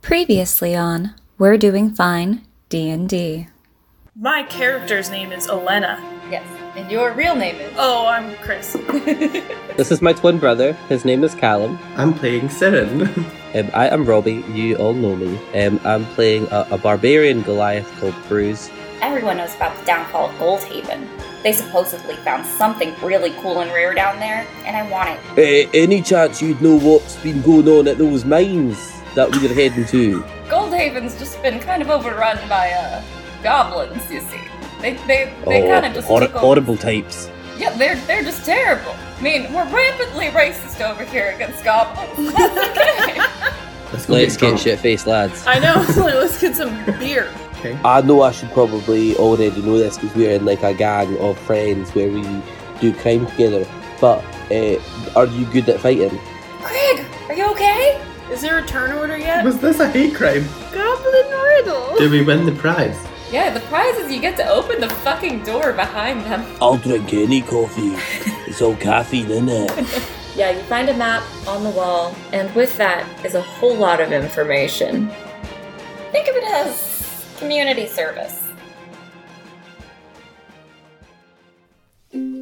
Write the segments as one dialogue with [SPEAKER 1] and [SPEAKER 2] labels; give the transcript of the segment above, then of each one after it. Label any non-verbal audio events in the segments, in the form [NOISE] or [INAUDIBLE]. [SPEAKER 1] Previously on We're Doing Fine D&D.
[SPEAKER 2] My character's name is Elena.
[SPEAKER 3] Yes. And your real name is?
[SPEAKER 2] Oh, I'm Chris.
[SPEAKER 4] This is my twin brother. His name is Callum.
[SPEAKER 5] I'm playing Seren.
[SPEAKER 4] Um, I am Robbie. You all know me. Um, I'm playing a, a barbarian Goliath called Bruce.
[SPEAKER 3] Everyone knows about the downfall of Goldhaven. They supposedly found something really cool and rare down there, and I want it.
[SPEAKER 4] Uh, any chance you'd know what's been going on at those mines that we are heading to?
[SPEAKER 3] Goldhaven's just been kind of overrun by uh, goblins, you see. They they,
[SPEAKER 4] Oh,
[SPEAKER 3] they kind of just took over-
[SPEAKER 4] horrible types.
[SPEAKER 3] Yeah, they're they're just terrible. I mean, we're rampantly racist over here against [LAUGHS] goblins. That's okay.
[SPEAKER 5] [LAUGHS] Let's go
[SPEAKER 4] Let's get
[SPEAKER 5] drunk.
[SPEAKER 4] shit faced, lads.
[SPEAKER 2] I know, [LAUGHS] so let's get some beer.
[SPEAKER 5] Okay.
[SPEAKER 4] I know I should probably already know this because we're in like a gang of friends where we do crime together. But uh, are you good at fighting?
[SPEAKER 3] Craig, are you okay?
[SPEAKER 2] Is there a turn order yet?
[SPEAKER 5] Was this a hate crime?
[SPEAKER 2] Goblin riddle.
[SPEAKER 5] Did we win the prize?
[SPEAKER 3] Yeah, the prize is you get to open the fucking door behind them.
[SPEAKER 4] I'll drink any coffee. It's all caffeine
[SPEAKER 3] [LAUGHS]
[SPEAKER 4] in it.
[SPEAKER 3] Yeah, you find a map on the wall, and with that is a whole lot of information. Think of it as community service.
[SPEAKER 1] We're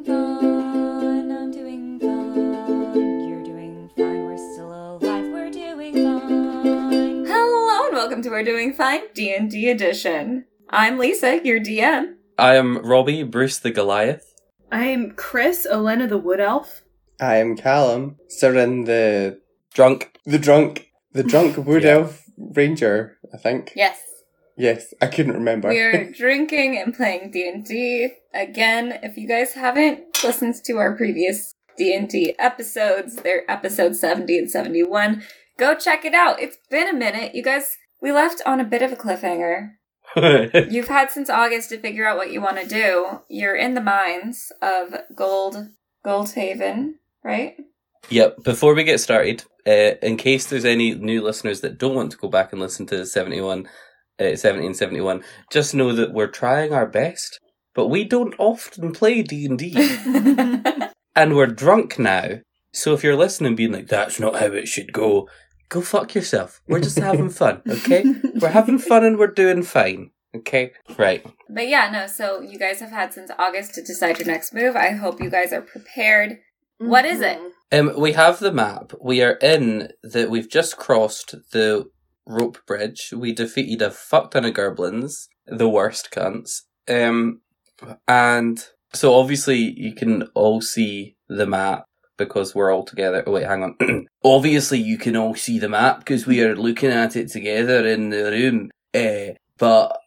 [SPEAKER 1] doing fine. I'm doing fine. You're doing fine. We're still alive. We're doing fine.
[SPEAKER 3] Hello and welcome to We're Doing Fine D&D edition. I'm Lisa, your DM.
[SPEAKER 6] I am Robbie Bruce the Goliath.
[SPEAKER 2] I'm Chris, Elena the Wood Elf.
[SPEAKER 7] I am Callum, Seren the
[SPEAKER 6] Drunk.
[SPEAKER 7] the drunk
[SPEAKER 5] [LAUGHS]
[SPEAKER 7] the drunk wood
[SPEAKER 4] Yeah.
[SPEAKER 7] elf ranger, I think.
[SPEAKER 3] Yes,
[SPEAKER 7] Yes, I couldn't remember.
[SPEAKER 3] we are [LAUGHS] drinking and playing D&D. Again, if you guys haven't listened to our previous D&D episodes, they're episode 70 and 71. Go check it out. It's been a minute. You guys, we left on a bit of a cliffhanger.
[SPEAKER 6] That's
[SPEAKER 3] You've had since August to figure out what you want to do. You're in the mines of Gold Goldhaven, right?
[SPEAKER 6] Yep. Before we get started, uh, in case there's any new listeners that don't want to go back and listen to 71, uh, 70 and 71, just know that we're trying our best, but we don't often play D&D, and we're drunk now. So if you're listening being like, that's not how it should go, go fuck yourself. We're just having fun, okay? We're having fun and we're doing fine, okay? Right.
[SPEAKER 3] But yeah, no, so you guys have had since August to decide your next move. I hope you guys are prepared. What is it?
[SPEAKER 6] Um, we have the map. We are in the. We've just crossed the rope bridge. We defeated a fuck ton of goblins, the worst cunts. Um, and so obviously you can all see the map because we're all together. Oh wait, hang on. [CLEARS THROAT] obviously you can all see the map because we are looking at it together in the room. Uh, but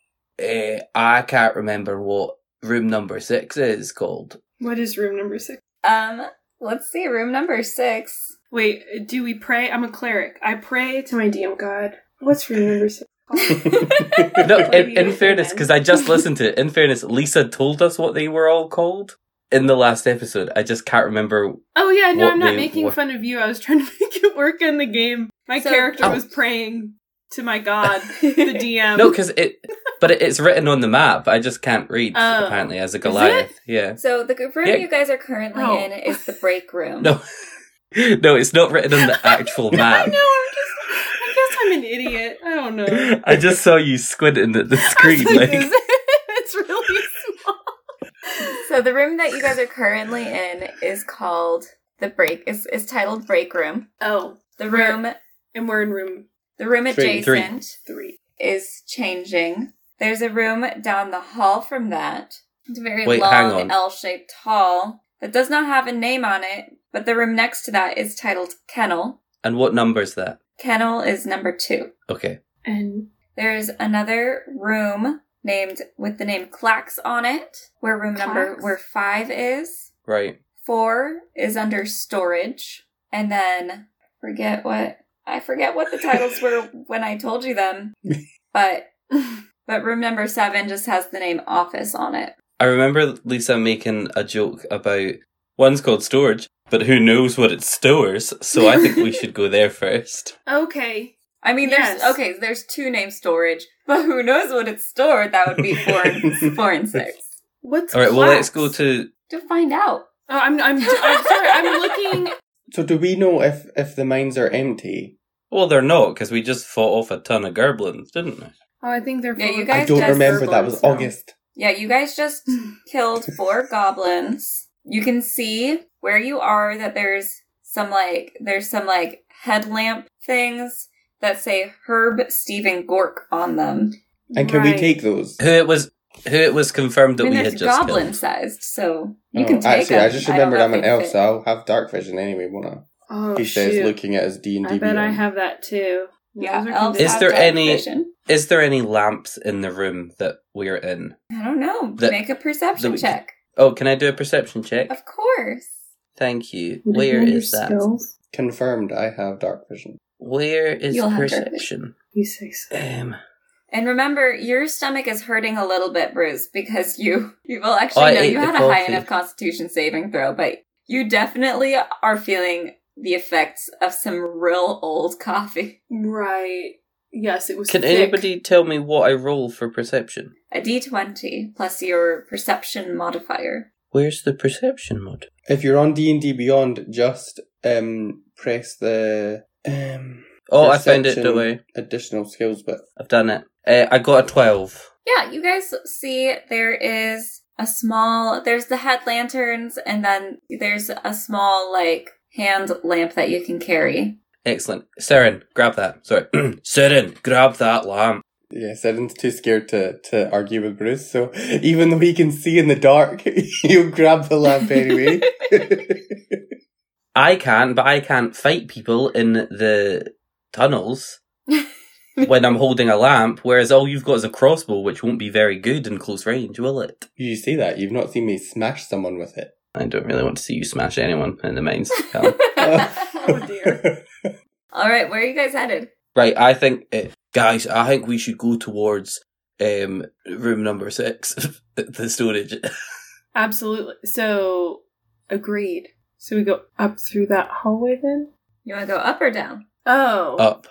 [SPEAKER 6] uh, I can't remember what room number six is called.
[SPEAKER 2] What is room number six?
[SPEAKER 3] Um, let's see, room number six.
[SPEAKER 2] Wait, do we pray? I'm a cleric. I pray to my DM god. What's room number [LAUGHS] six? [LAUGHS]
[SPEAKER 6] No,
[SPEAKER 2] What do
[SPEAKER 6] in,
[SPEAKER 2] you
[SPEAKER 6] in
[SPEAKER 2] think,
[SPEAKER 6] fairness,
[SPEAKER 2] Ben?
[SPEAKER 6] because I just listened
[SPEAKER 2] [LAUGHS]
[SPEAKER 6] to it. In fairness, Lisa told us what they were all called in the last episode. I just can't remember.
[SPEAKER 2] Oh yeah, no,
[SPEAKER 6] What
[SPEAKER 2] I'm not
[SPEAKER 6] name-
[SPEAKER 2] making
[SPEAKER 6] what-
[SPEAKER 2] fun of you. I was trying to [LAUGHS] make it work in the game. My
[SPEAKER 3] So-
[SPEAKER 2] character
[SPEAKER 6] Oh.
[SPEAKER 2] was praying to my god, [LAUGHS] the DM.
[SPEAKER 6] No, because it, but it, it's written on the map. I just can't read.
[SPEAKER 2] Oh.
[SPEAKER 6] apparently, as a Goliath. Yeah. [LAUGHS]
[SPEAKER 3] So the group room
[SPEAKER 6] Yeah.
[SPEAKER 3] you guys are currently
[SPEAKER 2] Oh.
[SPEAKER 3] in is the break room.
[SPEAKER 6] No. No, it's not written on the actual
[SPEAKER 2] [LAUGHS] I
[SPEAKER 6] map.
[SPEAKER 2] know. I'm just. I guess I'm an idiot. I don't know.
[SPEAKER 6] [LAUGHS] I just saw you squinting
[SPEAKER 2] [LAUGHS]
[SPEAKER 6] at the screen.
[SPEAKER 2] Like
[SPEAKER 6] like,
[SPEAKER 2] this. it's really [LAUGHS] small.
[SPEAKER 3] So the room that you guys are currently in is called the break is is titled break room.
[SPEAKER 2] Oh,
[SPEAKER 3] The room
[SPEAKER 2] and we're in room
[SPEAKER 3] the room
[SPEAKER 6] Three,
[SPEAKER 3] adjacent
[SPEAKER 6] three.
[SPEAKER 2] three.
[SPEAKER 3] is changing. There's a room down the hall from that. It's a very
[SPEAKER 6] Wait, hang
[SPEAKER 3] long
[SPEAKER 6] on.
[SPEAKER 3] L-shaped hall that does not have a name on it, but the room next to that is titled Kennel.
[SPEAKER 6] and what number's that?
[SPEAKER 3] Kennel is number 2.
[SPEAKER 6] Okay.
[SPEAKER 2] And
[SPEAKER 3] There's another room named with the name Clax on it, where room number
[SPEAKER 2] Clax?
[SPEAKER 3] where 5 is.
[SPEAKER 6] Right.
[SPEAKER 3] Four is under storage, and then forget what I forget what the titles were when I told you them, but but room number seven just has the name office on it.
[SPEAKER 6] I remember Lisa making a joke about one's called storage, but who knows what it stores? So I think we
[SPEAKER 2] [LAUGHS]
[SPEAKER 6] should go there first.
[SPEAKER 2] okay,
[SPEAKER 3] I mean,
[SPEAKER 2] Yes.
[SPEAKER 3] there's okay, there's two name storage, but who knows what it's stored? That would be four and four and six
[SPEAKER 2] what's
[SPEAKER 6] All right. Well, let's
[SPEAKER 2] class?
[SPEAKER 6] go to
[SPEAKER 3] to find out.
[SPEAKER 2] Oh, I'm I'm I'm sorry. I'm looking.
[SPEAKER 7] so do we know if if the mines are empty?
[SPEAKER 6] Well, they're not, because we just fought off a ton of gerblins, didn't we?
[SPEAKER 2] Oh, I think they're.
[SPEAKER 3] Yeah,
[SPEAKER 2] full
[SPEAKER 3] you
[SPEAKER 2] of-
[SPEAKER 3] guys
[SPEAKER 7] I don't
[SPEAKER 3] just-
[SPEAKER 7] remember. That was August.
[SPEAKER 3] Yeah, you guys
[SPEAKER 7] [LAUGHS]
[SPEAKER 3] just killed four goblins. You can see where you are that there's some like there's some like headlamp things that say Herb Stephen Gork on them.
[SPEAKER 7] And can we
[SPEAKER 2] Right.
[SPEAKER 7] take those?
[SPEAKER 6] Who it was? Who it was confirmed that
[SPEAKER 3] I mean,
[SPEAKER 6] we
[SPEAKER 3] it's
[SPEAKER 6] had just
[SPEAKER 3] goblin
[SPEAKER 6] killed.
[SPEAKER 3] sized, so you
[SPEAKER 7] Oh,
[SPEAKER 3] can take
[SPEAKER 7] actually, I
[SPEAKER 3] them.
[SPEAKER 7] just
[SPEAKER 3] don't
[SPEAKER 7] remembered
[SPEAKER 3] know
[SPEAKER 7] I'm
[SPEAKER 3] if
[SPEAKER 7] an
[SPEAKER 3] they
[SPEAKER 7] elf,
[SPEAKER 3] fit.
[SPEAKER 7] so I'll have dark vision anyway, won't I?
[SPEAKER 2] Oh,
[SPEAKER 7] he says,
[SPEAKER 2] shoot.
[SPEAKER 7] looking at his D and
[SPEAKER 2] I
[SPEAKER 7] D.
[SPEAKER 2] bet I have that too.
[SPEAKER 3] Yeah,
[SPEAKER 2] Those are
[SPEAKER 3] elves
[SPEAKER 2] conditions.
[SPEAKER 6] Is
[SPEAKER 3] have
[SPEAKER 6] there
[SPEAKER 3] dark
[SPEAKER 6] any-
[SPEAKER 3] vision.
[SPEAKER 6] Is there any lamps in the room that we're in?
[SPEAKER 3] I don't know.
[SPEAKER 6] that-
[SPEAKER 3] Make a perception
[SPEAKER 6] that we-
[SPEAKER 3] check.
[SPEAKER 6] Oh, can I do a perception check?
[SPEAKER 3] Of course.
[SPEAKER 6] Thank you.
[SPEAKER 2] Would it
[SPEAKER 6] Where
[SPEAKER 2] roll your
[SPEAKER 6] is that?
[SPEAKER 2] skills?
[SPEAKER 7] Confirmed. I have dark vision.
[SPEAKER 6] Where is
[SPEAKER 3] You'll have dark vision.
[SPEAKER 6] perception?
[SPEAKER 2] You say so.
[SPEAKER 6] Um,
[SPEAKER 3] And remember, your stomach is hurting a little bit, Bruce, because you [LAUGHS] you well actually
[SPEAKER 6] I
[SPEAKER 3] no,
[SPEAKER 6] ate
[SPEAKER 3] you
[SPEAKER 6] the
[SPEAKER 3] had a high
[SPEAKER 6] coffee.
[SPEAKER 3] enough constitution saving throw, but you definitely are feeling the effects of some real old [LAUGHS] coffee.
[SPEAKER 2] Right. Yes, it was.
[SPEAKER 6] can
[SPEAKER 2] thick.
[SPEAKER 6] anybody tell me what I roll for perception?
[SPEAKER 3] A D twenty plus your perception modifier.
[SPEAKER 6] Where's the perception mod?
[SPEAKER 7] If you're on D and D Beyond, just um press the um
[SPEAKER 6] Oh, I found it.
[SPEAKER 7] Perception.
[SPEAKER 6] Don't worry.
[SPEAKER 7] additional skills bit.
[SPEAKER 6] I've done it. Uh, I got a twelve.
[SPEAKER 3] Yeah, you guys see there is a small there's the head lanterns and then there's a small like hand lamp that you can carry.
[SPEAKER 6] Excellent. Saren, grab that. Sorry, [CLEARS THROAT] Saren, grab that lamp.
[SPEAKER 7] Yeah, Seven's too scared to,
[SPEAKER 6] [LAUGHS]
[SPEAKER 7] to argue with Bruce, so even though he can see in the dark, [LAUGHS] he'll grab the lamp anyway.
[SPEAKER 6] [LAUGHS] I can, but I can't fight people in the
[SPEAKER 2] [LAUGHS]
[SPEAKER 6] tunnels when I'm holding a lamp, whereas all you've got is a crossbow, which won't be very good in close range, will it?
[SPEAKER 7] you say that, you've not seen me smash someone with it.
[SPEAKER 6] I don't really want to see you smash anyone in the mines. Callum.
[SPEAKER 2] [LAUGHS] Oh, dear.
[SPEAKER 3] [LAUGHS] All right, where are you guys headed?
[SPEAKER 6] right, I think, uh, guys, I think we should go towards um, room number six, [LAUGHS] the storage.
[SPEAKER 2] Absolutely. So agreed. So we go up through that hallway then.
[SPEAKER 3] You want to go up or down?
[SPEAKER 2] Oh,
[SPEAKER 6] Up.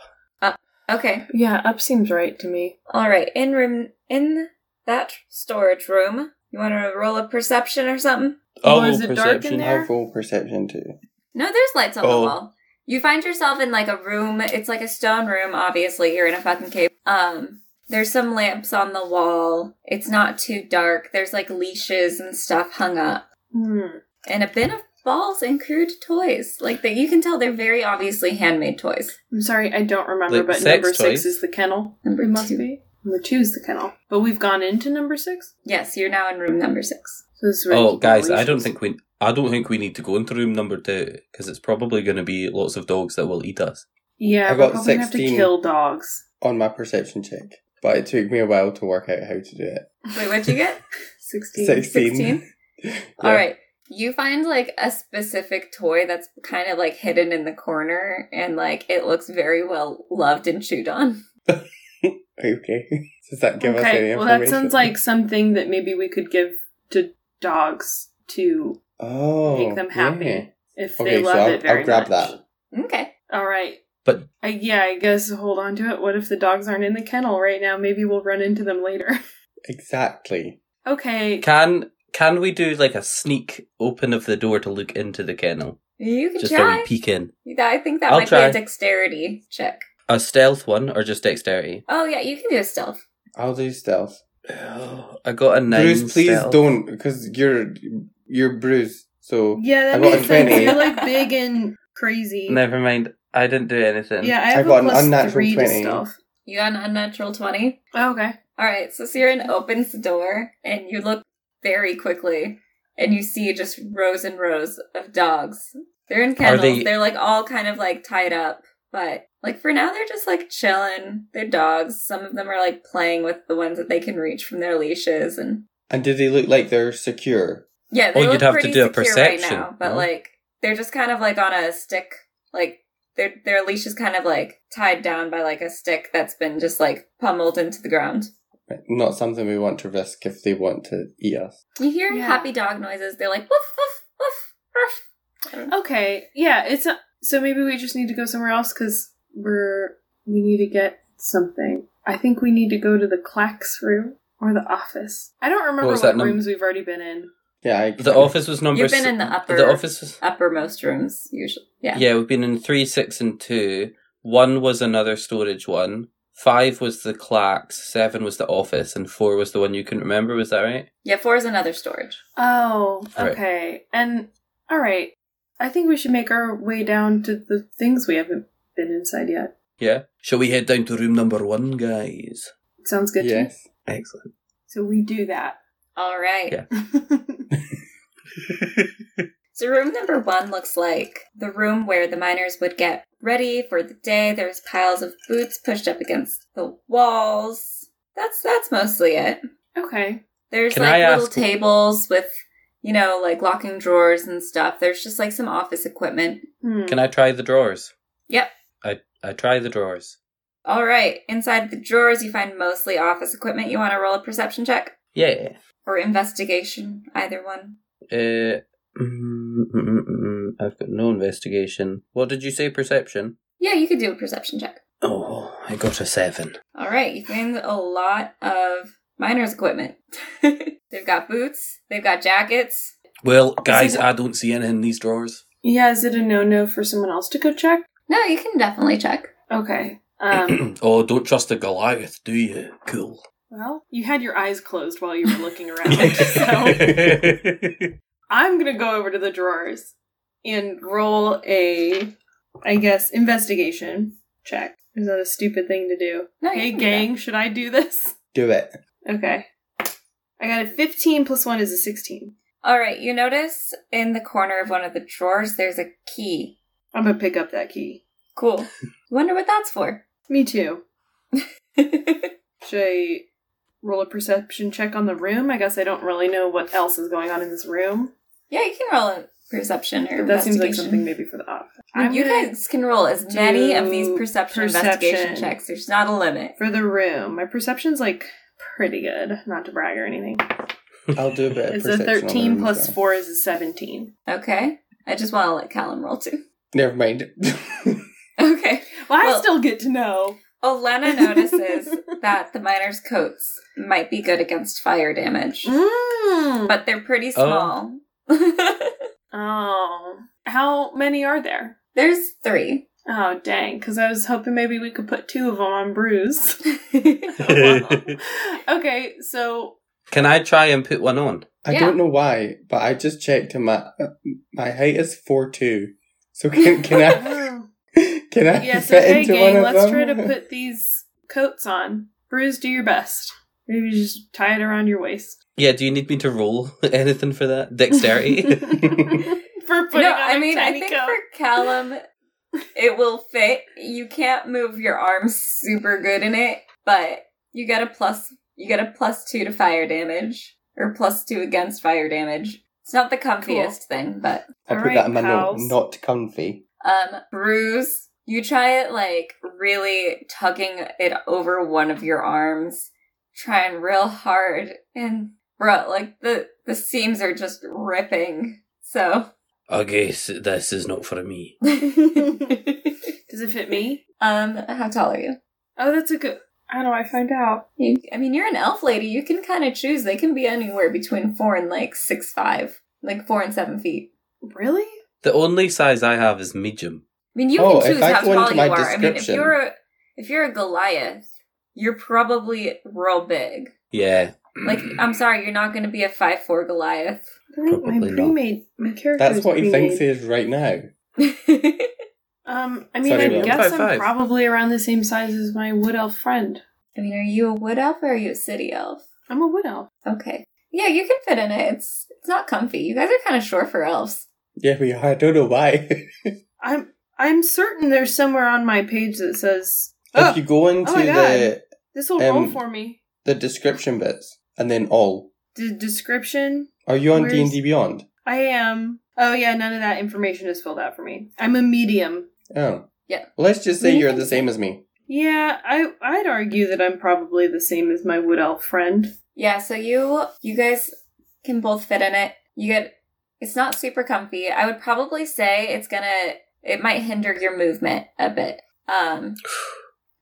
[SPEAKER 3] Okay.
[SPEAKER 2] yeah. Up seems right to me.
[SPEAKER 3] All right. In room in that storage room. You want to roll a perception or something?
[SPEAKER 2] Oh,
[SPEAKER 6] I'll
[SPEAKER 2] is
[SPEAKER 6] roll
[SPEAKER 2] it dark in there?
[SPEAKER 7] I'll roll perception too.
[SPEAKER 3] No, there's lights on the
[SPEAKER 6] Oh.
[SPEAKER 3] wall. You find yourself in like a room. It's like a stone room. Obviously, you're in a fucking cave. Um, there's some lamps on the wall. It's not too dark. There's like leashes and stuff hung up,
[SPEAKER 2] Hmm.
[SPEAKER 3] and a bin of balls and crude toys. Like that, you can tell they're very obviously handmade toys.
[SPEAKER 2] I'm sorry, I don't remember.
[SPEAKER 6] Like
[SPEAKER 2] but
[SPEAKER 6] sex
[SPEAKER 2] number six
[SPEAKER 6] toys?
[SPEAKER 2] is the kennel.
[SPEAKER 3] Number
[SPEAKER 2] It must
[SPEAKER 3] two.
[SPEAKER 2] be. Number two is the kennel. But we've gone into number six.
[SPEAKER 3] Yes, you're now in room number six.
[SPEAKER 2] So this is where
[SPEAKER 6] Oh,
[SPEAKER 2] the
[SPEAKER 6] guys, I
[SPEAKER 2] leashes-
[SPEAKER 6] don't think we. I don't think we need to go into room number two because it's probably going to be lots of dogs that will eat us.
[SPEAKER 2] Yeah,
[SPEAKER 7] I
[SPEAKER 2] we're
[SPEAKER 7] got
[SPEAKER 2] probably gonna have to
[SPEAKER 7] 16.
[SPEAKER 2] kill dogs.
[SPEAKER 7] On my perception check. [LAUGHS] But it took me a while to work out how to do it.
[SPEAKER 3] Wait, what'd you get?
[SPEAKER 2] Sixteen.
[SPEAKER 7] Sixteen. [LAUGHS]
[SPEAKER 3] 16?
[SPEAKER 7] Yeah.
[SPEAKER 3] All right. You find like a specific toy that's kind of like hidden in the corner and like it looks very well loved and chewed on.
[SPEAKER 7] Okay. Does that give us any
[SPEAKER 2] okay.
[SPEAKER 7] information?
[SPEAKER 2] Well, that sounds like something that maybe we could give to dogs to
[SPEAKER 7] oh,
[SPEAKER 2] make them happy
[SPEAKER 7] yeah.
[SPEAKER 2] if
[SPEAKER 7] Okay,
[SPEAKER 2] they
[SPEAKER 7] so
[SPEAKER 2] love
[SPEAKER 7] I'll-
[SPEAKER 2] it very
[SPEAKER 7] I'll grab
[SPEAKER 2] much.
[SPEAKER 7] that.
[SPEAKER 3] Okay.
[SPEAKER 2] All right.
[SPEAKER 6] But-
[SPEAKER 2] I, yeah, I guess hold on to it. What if the dogs aren't in the kennel right now? Maybe we'll run into them later. [LAUGHS]
[SPEAKER 7] Exactly.
[SPEAKER 2] okay.
[SPEAKER 6] Can can we do like a sneak open of the door to look into the kennel?
[SPEAKER 3] You can
[SPEAKER 6] Just so
[SPEAKER 3] try.
[SPEAKER 6] we peek in.
[SPEAKER 3] I think that
[SPEAKER 6] I'll
[SPEAKER 3] might
[SPEAKER 6] try.
[SPEAKER 3] be a dexterity check.
[SPEAKER 6] A stealth one or
[SPEAKER 7] [SIGHS]
[SPEAKER 6] just dexterity?
[SPEAKER 3] Oh yeah, you can do a stealth.
[SPEAKER 7] I'll do stealth.
[SPEAKER 6] I got a nine.
[SPEAKER 7] Bruce, please
[SPEAKER 6] stealth.
[SPEAKER 7] don't, because you're you're Bruce. So
[SPEAKER 2] Yeah,
[SPEAKER 7] I
[SPEAKER 2] that
[SPEAKER 7] got
[SPEAKER 2] makes
[SPEAKER 7] a
[SPEAKER 2] sense.
[SPEAKER 7] 20.
[SPEAKER 2] You're like big and crazy.
[SPEAKER 6] Never mind. I didn't do anything.
[SPEAKER 2] Yeah, I
[SPEAKER 7] I
[SPEAKER 2] have
[SPEAKER 7] got
[SPEAKER 2] a
[SPEAKER 7] an
[SPEAKER 2] plus
[SPEAKER 7] unnatural
[SPEAKER 2] three
[SPEAKER 7] 20.
[SPEAKER 2] to stealth.
[SPEAKER 3] You got an unnatural twenty.
[SPEAKER 2] Oh, okay.
[SPEAKER 3] All right, so Siren opens the door and you look very quickly and you see just rows and rows of dogs. They're in kennels.
[SPEAKER 6] they-
[SPEAKER 3] They... are like all kind of like tied up, but like for now they're just like chilling. They're dogs. Some of them are like playing with the ones that they can reach from their leashes and
[SPEAKER 7] and do they look like they're secure?
[SPEAKER 3] yeah, they
[SPEAKER 6] Well,
[SPEAKER 3] look
[SPEAKER 6] Oh, you'd have to
[SPEAKER 3] pretty
[SPEAKER 6] do a
[SPEAKER 3] secure right
[SPEAKER 6] perception,
[SPEAKER 3] now, but
[SPEAKER 6] no?
[SPEAKER 3] like they're just kind of like on a stick like their their leash is kind of like tied down by like a stick that's been just like pummeled into the ground.
[SPEAKER 7] Not something we want to risk if they want to eat us.
[SPEAKER 3] You hear
[SPEAKER 2] Yeah.
[SPEAKER 3] happy dog noises. They're like woof woof woof woof.
[SPEAKER 2] Okay. Yeah, it's a, so maybe we just need to go somewhere else because we're we need to get something. I think we need to go to the Clax room or the office. I don't remember
[SPEAKER 6] was
[SPEAKER 2] what
[SPEAKER 6] that num-
[SPEAKER 2] rooms we've already been in.
[SPEAKER 7] Yeah, I,
[SPEAKER 6] The office was number.
[SPEAKER 3] You've been
[SPEAKER 6] si-
[SPEAKER 3] in the upper-
[SPEAKER 6] The office was.
[SPEAKER 3] Uppermost rooms usually. Yeah.
[SPEAKER 6] Yeah, we've been in three, six, and two. One was another storage one. Five was the Clacks. Seven was the office, and four was the one you couldn't remember. Was that right?
[SPEAKER 3] Yeah, four is another storage.
[SPEAKER 2] Oh,
[SPEAKER 6] Right.
[SPEAKER 2] okay. And all right. I think we should make our way down to the things we haven't been inside yet.
[SPEAKER 6] Yeah. Shall we head down to room number one, guys?
[SPEAKER 2] Sounds good to you?
[SPEAKER 7] yes.
[SPEAKER 6] Excellent.
[SPEAKER 2] So we do that. [LAUGHS]
[SPEAKER 3] All right.
[SPEAKER 6] Yeah.
[SPEAKER 3] So room number one looks like the room where the miners would get ready for the day. There's piles of boots pushed up against the walls. That's that's mostly it.
[SPEAKER 2] okay.
[SPEAKER 3] There's
[SPEAKER 6] Can
[SPEAKER 3] like
[SPEAKER 6] I
[SPEAKER 3] little
[SPEAKER 6] ask-
[SPEAKER 3] tables with, you know, like locking drawers and stuff. There's just like some office equipment.
[SPEAKER 2] Hmm.
[SPEAKER 6] Can I try the drawers?
[SPEAKER 3] Yep.
[SPEAKER 6] I I try the drawers.
[SPEAKER 3] All right. Inside the drawers, you find mostly office equipment. You want to roll a perception check
[SPEAKER 6] Yeah.
[SPEAKER 3] or investigation, either one.
[SPEAKER 6] Uh. mm, mm, mm, mm. I've got no investigation. What did you say? Perception.
[SPEAKER 3] Yeah, you could do a perception check.
[SPEAKER 6] Oh, I got a seven.
[SPEAKER 3] All right, you find a lot of miners' equipment. [LAUGHS] they've got boots, they've got jackets.
[SPEAKER 6] Well,
[SPEAKER 3] guys,
[SPEAKER 6] I don't see anything in these drawers.
[SPEAKER 2] Yeah, is it a no no for someone else to go check?
[SPEAKER 3] No, you can definitely check.
[SPEAKER 2] Okay.
[SPEAKER 6] [CLEARS THROAT]
[SPEAKER 2] Um,
[SPEAKER 6] oh, don't trust the Goliath, do you? Cool.
[SPEAKER 2] well, you had your eyes closed while you were looking around. [LAUGHS] so I'm going to go over to the drawers and roll a, I guess, investigation check. Is that a stupid thing to do?
[SPEAKER 3] No, you
[SPEAKER 2] hey,
[SPEAKER 3] can do that.
[SPEAKER 2] gang, should I do this?
[SPEAKER 7] Do it.
[SPEAKER 2] Okay. I got a 15 plus 1 is a 16.
[SPEAKER 3] All right, you notice in the corner of one of the drawers there's a key.
[SPEAKER 2] I'm going to pick up that key. [LAUGHS]
[SPEAKER 3] Cool. Wonder what that's for. [LAUGHS]
[SPEAKER 2] Me too.
[SPEAKER 3] yeah,
[SPEAKER 2] Should I roll a perception check on the room? I guess I don't really know what else is going on in this room.
[SPEAKER 3] you can roll a perception or
[SPEAKER 2] But that seems like
[SPEAKER 3] investigation.
[SPEAKER 2] something maybe for the office.
[SPEAKER 3] you
[SPEAKER 2] gonna-
[SPEAKER 3] guys can roll as many of these
[SPEAKER 2] do
[SPEAKER 3] perception,
[SPEAKER 2] perception.
[SPEAKER 3] investigation checks. There's not a limit.
[SPEAKER 2] For the room, my perception's like pretty good, not to brag or anything.
[SPEAKER 7] I'll do a bit. Of
[SPEAKER 2] It's a
[SPEAKER 7] perception on
[SPEAKER 2] 13
[SPEAKER 7] them as
[SPEAKER 2] plus
[SPEAKER 7] well.
[SPEAKER 2] 4 is a 17.
[SPEAKER 3] Okay. I just want to let Callum roll too. [LAUGHS]
[SPEAKER 7] Never mind. [LAUGHS]
[SPEAKER 3] Okay.
[SPEAKER 2] Well, I
[SPEAKER 3] Well-
[SPEAKER 2] still get to know.
[SPEAKER 3] Olena
[SPEAKER 2] [LAUGHS]
[SPEAKER 3] notices that the miners' coats might be good against fire damage,
[SPEAKER 2] Mm.
[SPEAKER 3] but they're pretty small.
[SPEAKER 2] Oh. How many are there?
[SPEAKER 3] [LAUGHS] There's
[SPEAKER 2] [LAUGHS]
[SPEAKER 3] three.
[SPEAKER 2] Oh, dang. Because I was hoping maybe we could put two of them
[SPEAKER 7] [LAUGHS]
[SPEAKER 2] on Bruce. [LAUGHS] okay,
[SPEAKER 7] [LAUGHS]
[SPEAKER 2] so.
[SPEAKER 6] Can I try and put one on?
[SPEAKER 7] I
[SPEAKER 3] Yeah.
[SPEAKER 7] don't know why, but I just checked and my uh, my height is four two. So [LAUGHS] can can I
[SPEAKER 2] Mm. [LAUGHS]
[SPEAKER 7] can I
[SPEAKER 2] yeah, so
[SPEAKER 7] fit
[SPEAKER 2] hey,
[SPEAKER 7] into
[SPEAKER 2] gang,
[SPEAKER 7] one of
[SPEAKER 2] let's try
[SPEAKER 7] them? [LAUGHS]
[SPEAKER 2] to put these coats on. Bruce, do your best. Maybe just tie it around your waist.
[SPEAKER 6] Yeah, do you need me to roll [LAUGHS] anything for
[SPEAKER 3] [LAUGHS]
[SPEAKER 6] that?
[SPEAKER 2] [LAUGHS]
[SPEAKER 6] Dexterity?
[SPEAKER 2] for putting
[SPEAKER 3] no,
[SPEAKER 2] on
[SPEAKER 3] I mean,
[SPEAKER 2] a
[SPEAKER 3] I
[SPEAKER 2] tiny
[SPEAKER 3] think
[SPEAKER 2] coat.
[SPEAKER 3] for Callum, it will fit. You can't move your arms super good in it, but you get a plus. You get a plus two to fire damage, or plus two against fire damage. It's not the comfiest thing, but
[SPEAKER 7] I'll put
[SPEAKER 2] Alright,
[SPEAKER 7] that in my note.
[SPEAKER 2] pals.
[SPEAKER 7] Not comfy.
[SPEAKER 3] Um, bruise. You try it like really tugging it over one of your arms, trying real hard, and bro, like the the seams are just ripping. So,
[SPEAKER 2] [LAUGHS]
[SPEAKER 3] [LAUGHS]
[SPEAKER 6] I guess this is not for me.
[SPEAKER 2] Does it fit me?
[SPEAKER 3] um, how tall are you?
[SPEAKER 2] Oh, that's a good. How do I find out?
[SPEAKER 3] you I mean, you're an elf lady. You can kind of choose. They can be anywhere between four and like six five, like four and seven feet.
[SPEAKER 2] Really?
[SPEAKER 6] The only size I have is medium.
[SPEAKER 3] I mean, you
[SPEAKER 7] Oh,
[SPEAKER 3] can
[SPEAKER 7] if
[SPEAKER 3] choose
[SPEAKER 7] I
[SPEAKER 3] how
[SPEAKER 7] go
[SPEAKER 3] tall
[SPEAKER 7] into
[SPEAKER 3] you
[SPEAKER 7] my
[SPEAKER 3] are. I mean, if
[SPEAKER 7] description-
[SPEAKER 3] you're a, if you're a Goliath, you're probably real big. [LAUGHS]
[SPEAKER 6] Yeah.
[SPEAKER 3] Like,
[SPEAKER 7] Mm.
[SPEAKER 3] I'm sorry, you're not going to be a five four Goliath. [LAUGHS]
[SPEAKER 2] I think my
[SPEAKER 6] Probably not.
[SPEAKER 2] pre-made my character.
[SPEAKER 7] That's
[SPEAKER 2] is
[SPEAKER 7] what he
[SPEAKER 2] pre-made.
[SPEAKER 7] thinks he is right now.
[SPEAKER 3] it
[SPEAKER 2] Um, I mean,
[SPEAKER 7] Sorry,
[SPEAKER 2] I
[SPEAKER 7] Will.
[SPEAKER 2] guess I'm
[SPEAKER 6] 1.5.
[SPEAKER 2] probably around the same size as my wood elf friend.
[SPEAKER 3] I mean, are you a wood elf or are you a city elf?
[SPEAKER 2] I'm a wood elf.
[SPEAKER 3] Okay. Yeah, you can fit in it. It's it's not comfy. You guys are kind of short for elves.
[SPEAKER 7] Yeah, we are. I don't know why. [LAUGHS]
[SPEAKER 2] I'm I'm certain there's somewhere on my page that says
[SPEAKER 7] if you go into
[SPEAKER 2] Oh my
[SPEAKER 7] the
[SPEAKER 2] this will roll
[SPEAKER 7] um,
[SPEAKER 2] for me.
[SPEAKER 7] the description bits and then all.
[SPEAKER 2] The description.
[SPEAKER 7] Are you on
[SPEAKER 2] Where's-
[SPEAKER 7] D and D Beyond?
[SPEAKER 2] I am. Oh yeah, none of that information is filled out for me. I'm a medium.
[SPEAKER 7] Oh.
[SPEAKER 3] Yeah.
[SPEAKER 7] Well, let's just say
[SPEAKER 3] You
[SPEAKER 7] you're
[SPEAKER 3] can
[SPEAKER 7] the same as me.
[SPEAKER 2] Yeah, I I'd argue that I'm probably the same as my wood elf friend.
[SPEAKER 3] Yeah, so you you guys can both fit in it. You get it's not super comfy. I would probably say it's going to it might hinder your movement a bit. Um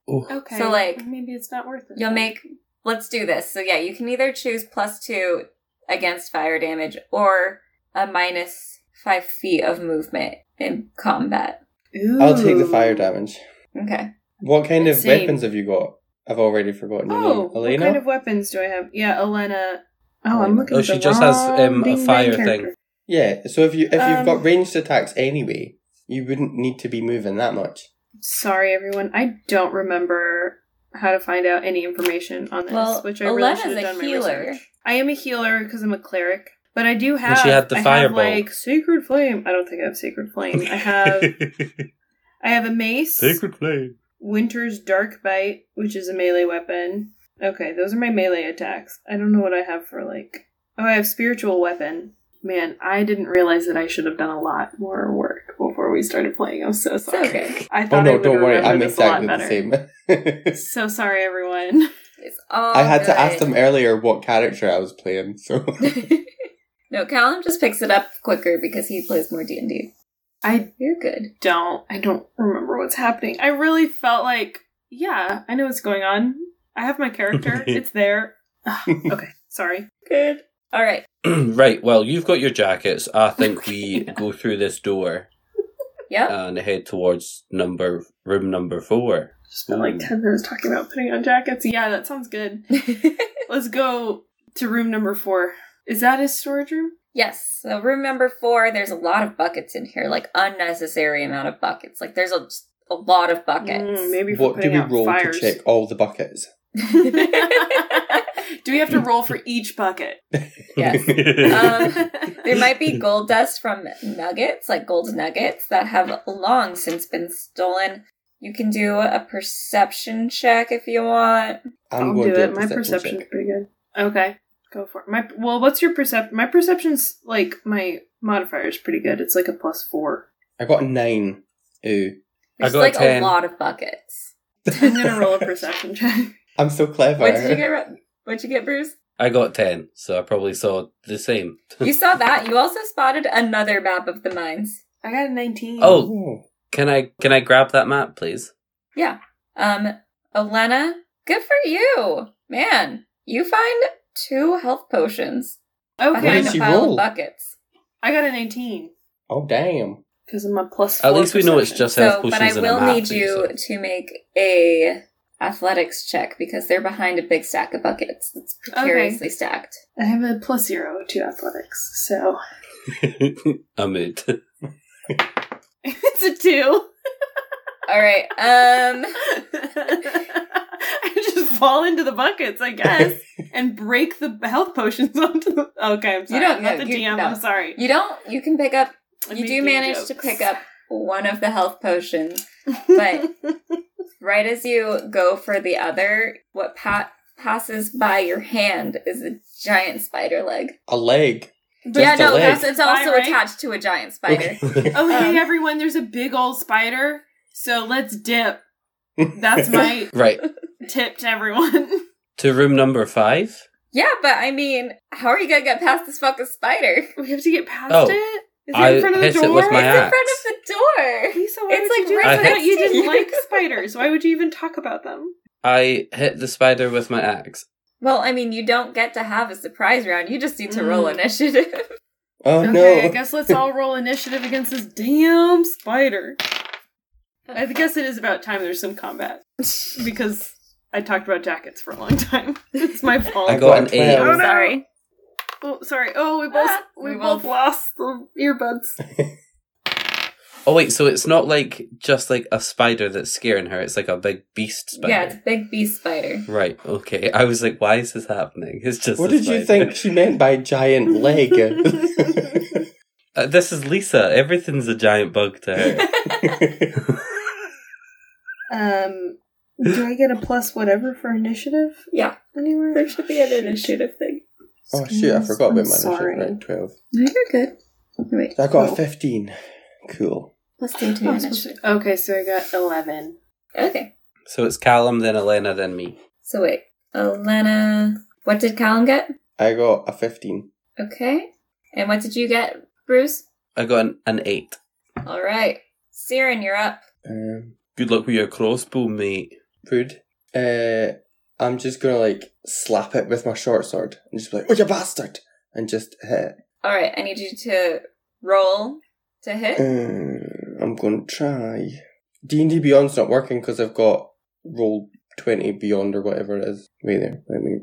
[SPEAKER 2] Okay.
[SPEAKER 3] So, like,
[SPEAKER 2] maybe it's not worth it.
[SPEAKER 3] You'll make. Let's do this. So yeah, you can either choose plus two against fire damage or a minus five feet of movement in combat.
[SPEAKER 2] Ooh.
[SPEAKER 7] I'll take the fire damage.
[SPEAKER 3] Okay.
[SPEAKER 7] What kind of
[SPEAKER 2] Same.
[SPEAKER 7] weapons have you got? I've already forgotten your
[SPEAKER 2] Oh,
[SPEAKER 7] name.
[SPEAKER 2] what
[SPEAKER 7] Elena?
[SPEAKER 2] kind of weapons do I have? Yeah, Elena. Oh, I'm looking.
[SPEAKER 6] Oh,
[SPEAKER 2] at
[SPEAKER 6] she
[SPEAKER 2] the
[SPEAKER 6] just has,
[SPEAKER 2] wrong
[SPEAKER 6] um, a
[SPEAKER 2] ding dang
[SPEAKER 6] fire
[SPEAKER 2] character.
[SPEAKER 6] thing.
[SPEAKER 7] yeah, so if you if you've
[SPEAKER 2] Um,
[SPEAKER 7] got ranged attacks anyway, you wouldn't need to be moving that much.
[SPEAKER 2] Sorry, everyone. I don't remember how to find out any information on this,
[SPEAKER 3] Well,
[SPEAKER 2] which I really
[SPEAKER 3] Elena's
[SPEAKER 2] should have
[SPEAKER 3] a
[SPEAKER 2] done my
[SPEAKER 3] healer.
[SPEAKER 2] research. I am a healer because I'm a cleric, but I do have.
[SPEAKER 6] she had the
[SPEAKER 2] I have,
[SPEAKER 6] fireball.
[SPEAKER 2] like sacred flame. I don't think I have sacred flame. I
[SPEAKER 3] Uh,
[SPEAKER 2] [LAUGHS]
[SPEAKER 6] [LAUGHS]
[SPEAKER 2] have. I have a mace.
[SPEAKER 8] flame.
[SPEAKER 2] Winter's Dark Bite, which is a melee weapon. Okay, those are my melee attacks. I don't know what I have for like. Oh, I have spiritual weapon. Man, I didn't realize that I should have done a lot more work before we started playing. I'm so
[SPEAKER 3] It's
[SPEAKER 2] sorry.
[SPEAKER 3] okay.
[SPEAKER 2] I thought
[SPEAKER 7] Oh
[SPEAKER 2] I
[SPEAKER 7] no,
[SPEAKER 2] would
[SPEAKER 7] don't worry, I'm
[SPEAKER 2] this exactly
[SPEAKER 7] exactly
[SPEAKER 2] a lot
[SPEAKER 7] the
[SPEAKER 2] better.
[SPEAKER 7] same. [LAUGHS]
[SPEAKER 2] So sorry, everyone.
[SPEAKER 3] It's
[SPEAKER 2] Oh,
[SPEAKER 3] all.
[SPEAKER 7] I had
[SPEAKER 3] good.
[SPEAKER 7] to ask them earlier what character I was playing,
[SPEAKER 2] [LAUGHS]
[SPEAKER 7] so
[SPEAKER 3] no, Callum just picks it up quicker because he plays more D and D.
[SPEAKER 2] I
[SPEAKER 3] You're good.
[SPEAKER 2] don't. I don't remember what's happening. I really felt like, yeah, I know what's going on. I have
[SPEAKER 7] [LAUGHS]
[SPEAKER 2] my character. it's there. Ugh, okay, sorry.
[SPEAKER 3] Good. All right.
[SPEAKER 6] [CLEARS THROAT] right, well, you've got your jackets. I think we go through this door
[SPEAKER 3] Yep.
[SPEAKER 6] and head towards number room number four.
[SPEAKER 2] Spent like ten minutes talking about putting on jackets. Yeah, that sounds good.
[SPEAKER 7] Uh,
[SPEAKER 3] [LAUGHS]
[SPEAKER 2] Let's go to room number four. Is that his storage room?
[SPEAKER 3] yes. So room number four. There's a lot of buckets in here, like unnecessary amount of buckets. Like there's a a lot of buckets.
[SPEAKER 2] Mm, maybe
[SPEAKER 7] [LAUGHS]
[SPEAKER 2] for
[SPEAKER 7] what do
[SPEAKER 2] putting
[SPEAKER 7] we
[SPEAKER 2] out
[SPEAKER 7] roll
[SPEAKER 2] fires.
[SPEAKER 7] to check all the buckets?
[SPEAKER 2] [LAUGHS] do we have to roll for each bucket?
[SPEAKER 7] [LAUGHS]
[SPEAKER 3] yes. Um, [LAUGHS] There might
[SPEAKER 6] [LAUGHS]
[SPEAKER 3] be gold dust from nuggets, like gold nuggets that have long since been stolen. You can do a perception check if you want.
[SPEAKER 7] I'm
[SPEAKER 2] I'll
[SPEAKER 7] going
[SPEAKER 2] do
[SPEAKER 7] to
[SPEAKER 2] it.
[SPEAKER 7] a
[SPEAKER 2] My perception's
[SPEAKER 7] check.
[SPEAKER 2] pretty good. Okay, go for it. My well, what's your perception? My perception's like my modifier is pretty good. It's like a plus four.
[SPEAKER 7] I got a nine. Ooh.
[SPEAKER 6] I
[SPEAKER 3] There's
[SPEAKER 6] got a
[SPEAKER 3] like a
[SPEAKER 6] 10.
[SPEAKER 3] lot of buckets.
[SPEAKER 2] I'm
[SPEAKER 7] [LAUGHS]
[SPEAKER 2] gonna roll a [LAUGHS] perception check.
[SPEAKER 7] I'm so clever.
[SPEAKER 3] What did you get? Ro- What'd you get, Bruce?
[SPEAKER 6] I got 10, so I probably saw the same.
[SPEAKER 3] You saw that. You also spotted another map of the mines.
[SPEAKER 2] I got a nineteen.
[SPEAKER 6] Oh.
[SPEAKER 7] Oh.
[SPEAKER 6] Can I can I grab that map, please?
[SPEAKER 3] Um, Elena, good for you, man. You find two health potions
[SPEAKER 2] okay.
[SPEAKER 3] behind
[SPEAKER 7] did
[SPEAKER 3] a
[SPEAKER 7] she
[SPEAKER 3] pile
[SPEAKER 7] roll?
[SPEAKER 3] of buckets.
[SPEAKER 2] I got an nineteen
[SPEAKER 7] oh, damn.
[SPEAKER 2] because I'm a plus. Four
[SPEAKER 6] At least we know it's
[SPEAKER 2] perception.
[SPEAKER 6] just health
[SPEAKER 3] So,
[SPEAKER 6] potions
[SPEAKER 3] but I
[SPEAKER 6] and a
[SPEAKER 3] will
[SPEAKER 6] map,
[SPEAKER 3] need you
[SPEAKER 6] so-
[SPEAKER 3] to make a athletics check because they're behind a big stack of buckets. It's precariously stacked.
[SPEAKER 2] I have a plus zero to athletics, so
[SPEAKER 6] [LAUGHS] I'm out.
[SPEAKER 2] [LAUGHS] it's a two.
[SPEAKER 3] All right. Um.
[SPEAKER 2] [LAUGHS] I just fall into the buckets, I
[SPEAKER 3] [LAUGHS]
[SPEAKER 2] guess, and break the health potions [LAUGHS] onto the. Okay, I'm sorry.
[SPEAKER 3] don't
[SPEAKER 2] I'm not
[SPEAKER 3] know.
[SPEAKER 2] the
[SPEAKER 3] You-
[SPEAKER 2] GM.
[SPEAKER 3] no.
[SPEAKER 2] I'm sorry.
[SPEAKER 3] You don't. You can pick up.
[SPEAKER 2] I'm
[SPEAKER 3] you do
[SPEAKER 2] making
[SPEAKER 3] manage to
[SPEAKER 2] jokes. [LAUGHS]
[SPEAKER 3] pick up one of the health potions, but right as you go for the other, what pa- passes by your hand is a giant spider leg.
[SPEAKER 7] A leg.
[SPEAKER 3] yeah,
[SPEAKER 7] Just a
[SPEAKER 3] no,
[SPEAKER 7] leg.
[SPEAKER 3] that's, it's also
[SPEAKER 2] Spider, right?
[SPEAKER 3] attached to a giant spider.
[SPEAKER 2] oh hey
[SPEAKER 3] Um,
[SPEAKER 2] everyone, there's a big old spider, so let's dip.
[SPEAKER 6] [LAUGHS]
[SPEAKER 2] That's my
[SPEAKER 6] Right.
[SPEAKER 2] tip to everyone. [LAUGHS]
[SPEAKER 6] To room number five?
[SPEAKER 3] Yeah, but I mean, how are you gonna get past this fucking spider? [LAUGHS]
[SPEAKER 2] we have to get past
[SPEAKER 6] Oh,
[SPEAKER 2] it. Is
[SPEAKER 6] I
[SPEAKER 2] it in front of the
[SPEAKER 6] hit it
[SPEAKER 2] door?
[SPEAKER 6] with my
[SPEAKER 3] it's in
[SPEAKER 6] axe.
[SPEAKER 3] front of the door.
[SPEAKER 2] Lisa, why
[SPEAKER 3] It's
[SPEAKER 2] would
[SPEAKER 3] like
[SPEAKER 2] you do
[SPEAKER 6] right
[SPEAKER 2] that?
[SPEAKER 3] next
[SPEAKER 2] You
[SPEAKER 3] to
[SPEAKER 2] didn't
[SPEAKER 3] you.
[SPEAKER 2] like spiders. Why would you even talk about them?
[SPEAKER 6] I hit the spider with my axe.
[SPEAKER 3] Well, I mean, you don't get to have a surprise round. You just need to roll
[SPEAKER 2] Mm.
[SPEAKER 3] initiative.
[SPEAKER 7] [LAUGHS]
[SPEAKER 3] [LAUGHS]
[SPEAKER 7] Oh,
[SPEAKER 2] Okay, I
[SPEAKER 7] no.
[SPEAKER 2] guess let's all roll initiative against this damn spider. I guess it is about time there's some combat because I talked about jackets for a long time. [LAUGHS] It's my fault.
[SPEAKER 6] I
[SPEAKER 7] got a
[SPEAKER 6] got an eight.
[SPEAKER 7] twelve.
[SPEAKER 3] Sorry.
[SPEAKER 2] oh, sorry. Oh, we both [LAUGHS] we,
[SPEAKER 3] We
[SPEAKER 2] both
[SPEAKER 3] both-
[SPEAKER 2] lost the earbuds.
[SPEAKER 6] Oh wait, so it's not like just like a spider that's scaring her. It's like a big beast spider.
[SPEAKER 3] Yeah, it's big beast spider.
[SPEAKER 6] Right. Okay. I was like, why is this happening? It's just.
[SPEAKER 7] What
[SPEAKER 6] a
[SPEAKER 7] did you
[SPEAKER 6] spider.
[SPEAKER 7] think she meant by giant
[SPEAKER 2] [LAUGHS]
[SPEAKER 7] leg? [LAUGHS]
[SPEAKER 6] Uh, this is Lisa. Everything's a giant bug to
[SPEAKER 3] [LAUGHS]
[SPEAKER 6] her.
[SPEAKER 2] Um, do I get a plus whatever for initiative
[SPEAKER 3] Yeah,
[SPEAKER 2] anywhere?
[SPEAKER 3] thing.
[SPEAKER 7] oh, shoot, I forgot about my
[SPEAKER 2] I'm sorry.
[SPEAKER 7] initiative. Right, 12.
[SPEAKER 3] No, you're good. Wait,
[SPEAKER 7] I got
[SPEAKER 2] Oh.
[SPEAKER 7] a 15. Cool.
[SPEAKER 3] let's do two
[SPEAKER 2] Oh, it's supposed
[SPEAKER 3] initiative.
[SPEAKER 2] to- Okay, so I got eleven.
[SPEAKER 3] Okay,
[SPEAKER 6] so it's Callum, then Elena, then me.
[SPEAKER 3] so wait, Elena, what did Callum get?
[SPEAKER 7] I got a 15.
[SPEAKER 3] Okay, and what did you get, Bruce?
[SPEAKER 6] I got an, an eight.
[SPEAKER 3] All right, Siren, you're up.
[SPEAKER 7] Um,
[SPEAKER 6] Good luck with your crossbow, mate.
[SPEAKER 7] rude. Uh, I'm just going to, like, slap it with my short sword and just be like, oh, you bastard! And just hit.
[SPEAKER 3] All right, I need you to roll to hit.
[SPEAKER 7] Uh, I'm going to try. D and D Beyond's not working because I've got roll twenty beyond or whatever it is. Wait there, let me.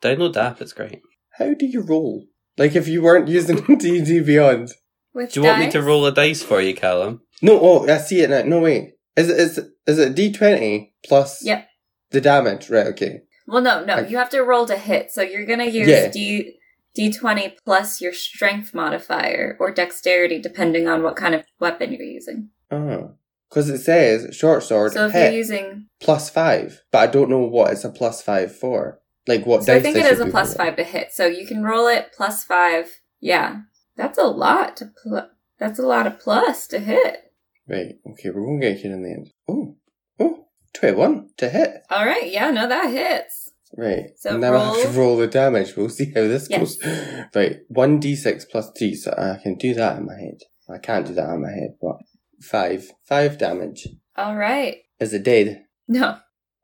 [SPEAKER 6] Download the app, it's great.
[SPEAKER 7] How do you roll? Like if you weren't using [LAUGHS] D and D Beyond.
[SPEAKER 3] With
[SPEAKER 6] Do you want me to
[SPEAKER 3] dice?
[SPEAKER 6] roll a dice for you, Callum?
[SPEAKER 7] No, oh, I see it now. No wait, is it is is it D twenty plus?
[SPEAKER 3] Yep.
[SPEAKER 7] The damage, right? Okay.
[SPEAKER 3] Well, no, no.
[SPEAKER 7] I-
[SPEAKER 3] You have to roll to hit. So you're gonna use
[SPEAKER 7] Yeah.
[SPEAKER 3] D D twenty plus your strength modifier or dexterity, depending on what kind of weapon you're using.
[SPEAKER 7] Oh, because it says short sword
[SPEAKER 3] So if
[SPEAKER 7] hit
[SPEAKER 3] you're using,
[SPEAKER 7] plus five, but I don't know what it's a plus five for. Like what?
[SPEAKER 3] so I
[SPEAKER 7] dice
[SPEAKER 3] think
[SPEAKER 7] I
[SPEAKER 3] it is
[SPEAKER 7] should
[SPEAKER 3] a
[SPEAKER 7] be
[SPEAKER 3] plus
[SPEAKER 7] rolling.
[SPEAKER 3] five to hit. So you can roll it plus five. Yeah, that's a lot to pl- That's a lot of plus to hit.
[SPEAKER 7] Right. Okay, we're gonna get here in the end. Oh, oh, 21 to hit.
[SPEAKER 3] All right. Yeah. No, that hits.
[SPEAKER 7] Right.
[SPEAKER 3] So
[SPEAKER 7] and now I have to roll the damage. We'll see how this
[SPEAKER 3] Yes.
[SPEAKER 7] goes. [LAUGHS] Right. 1d6 plus 3, so I can do that in my head. I can't do that in my head, but 5. 5 damage.
[SPEAKER 3] All right.
[SPEAKER 7] Is it dead?
[SPEAKER 3] No.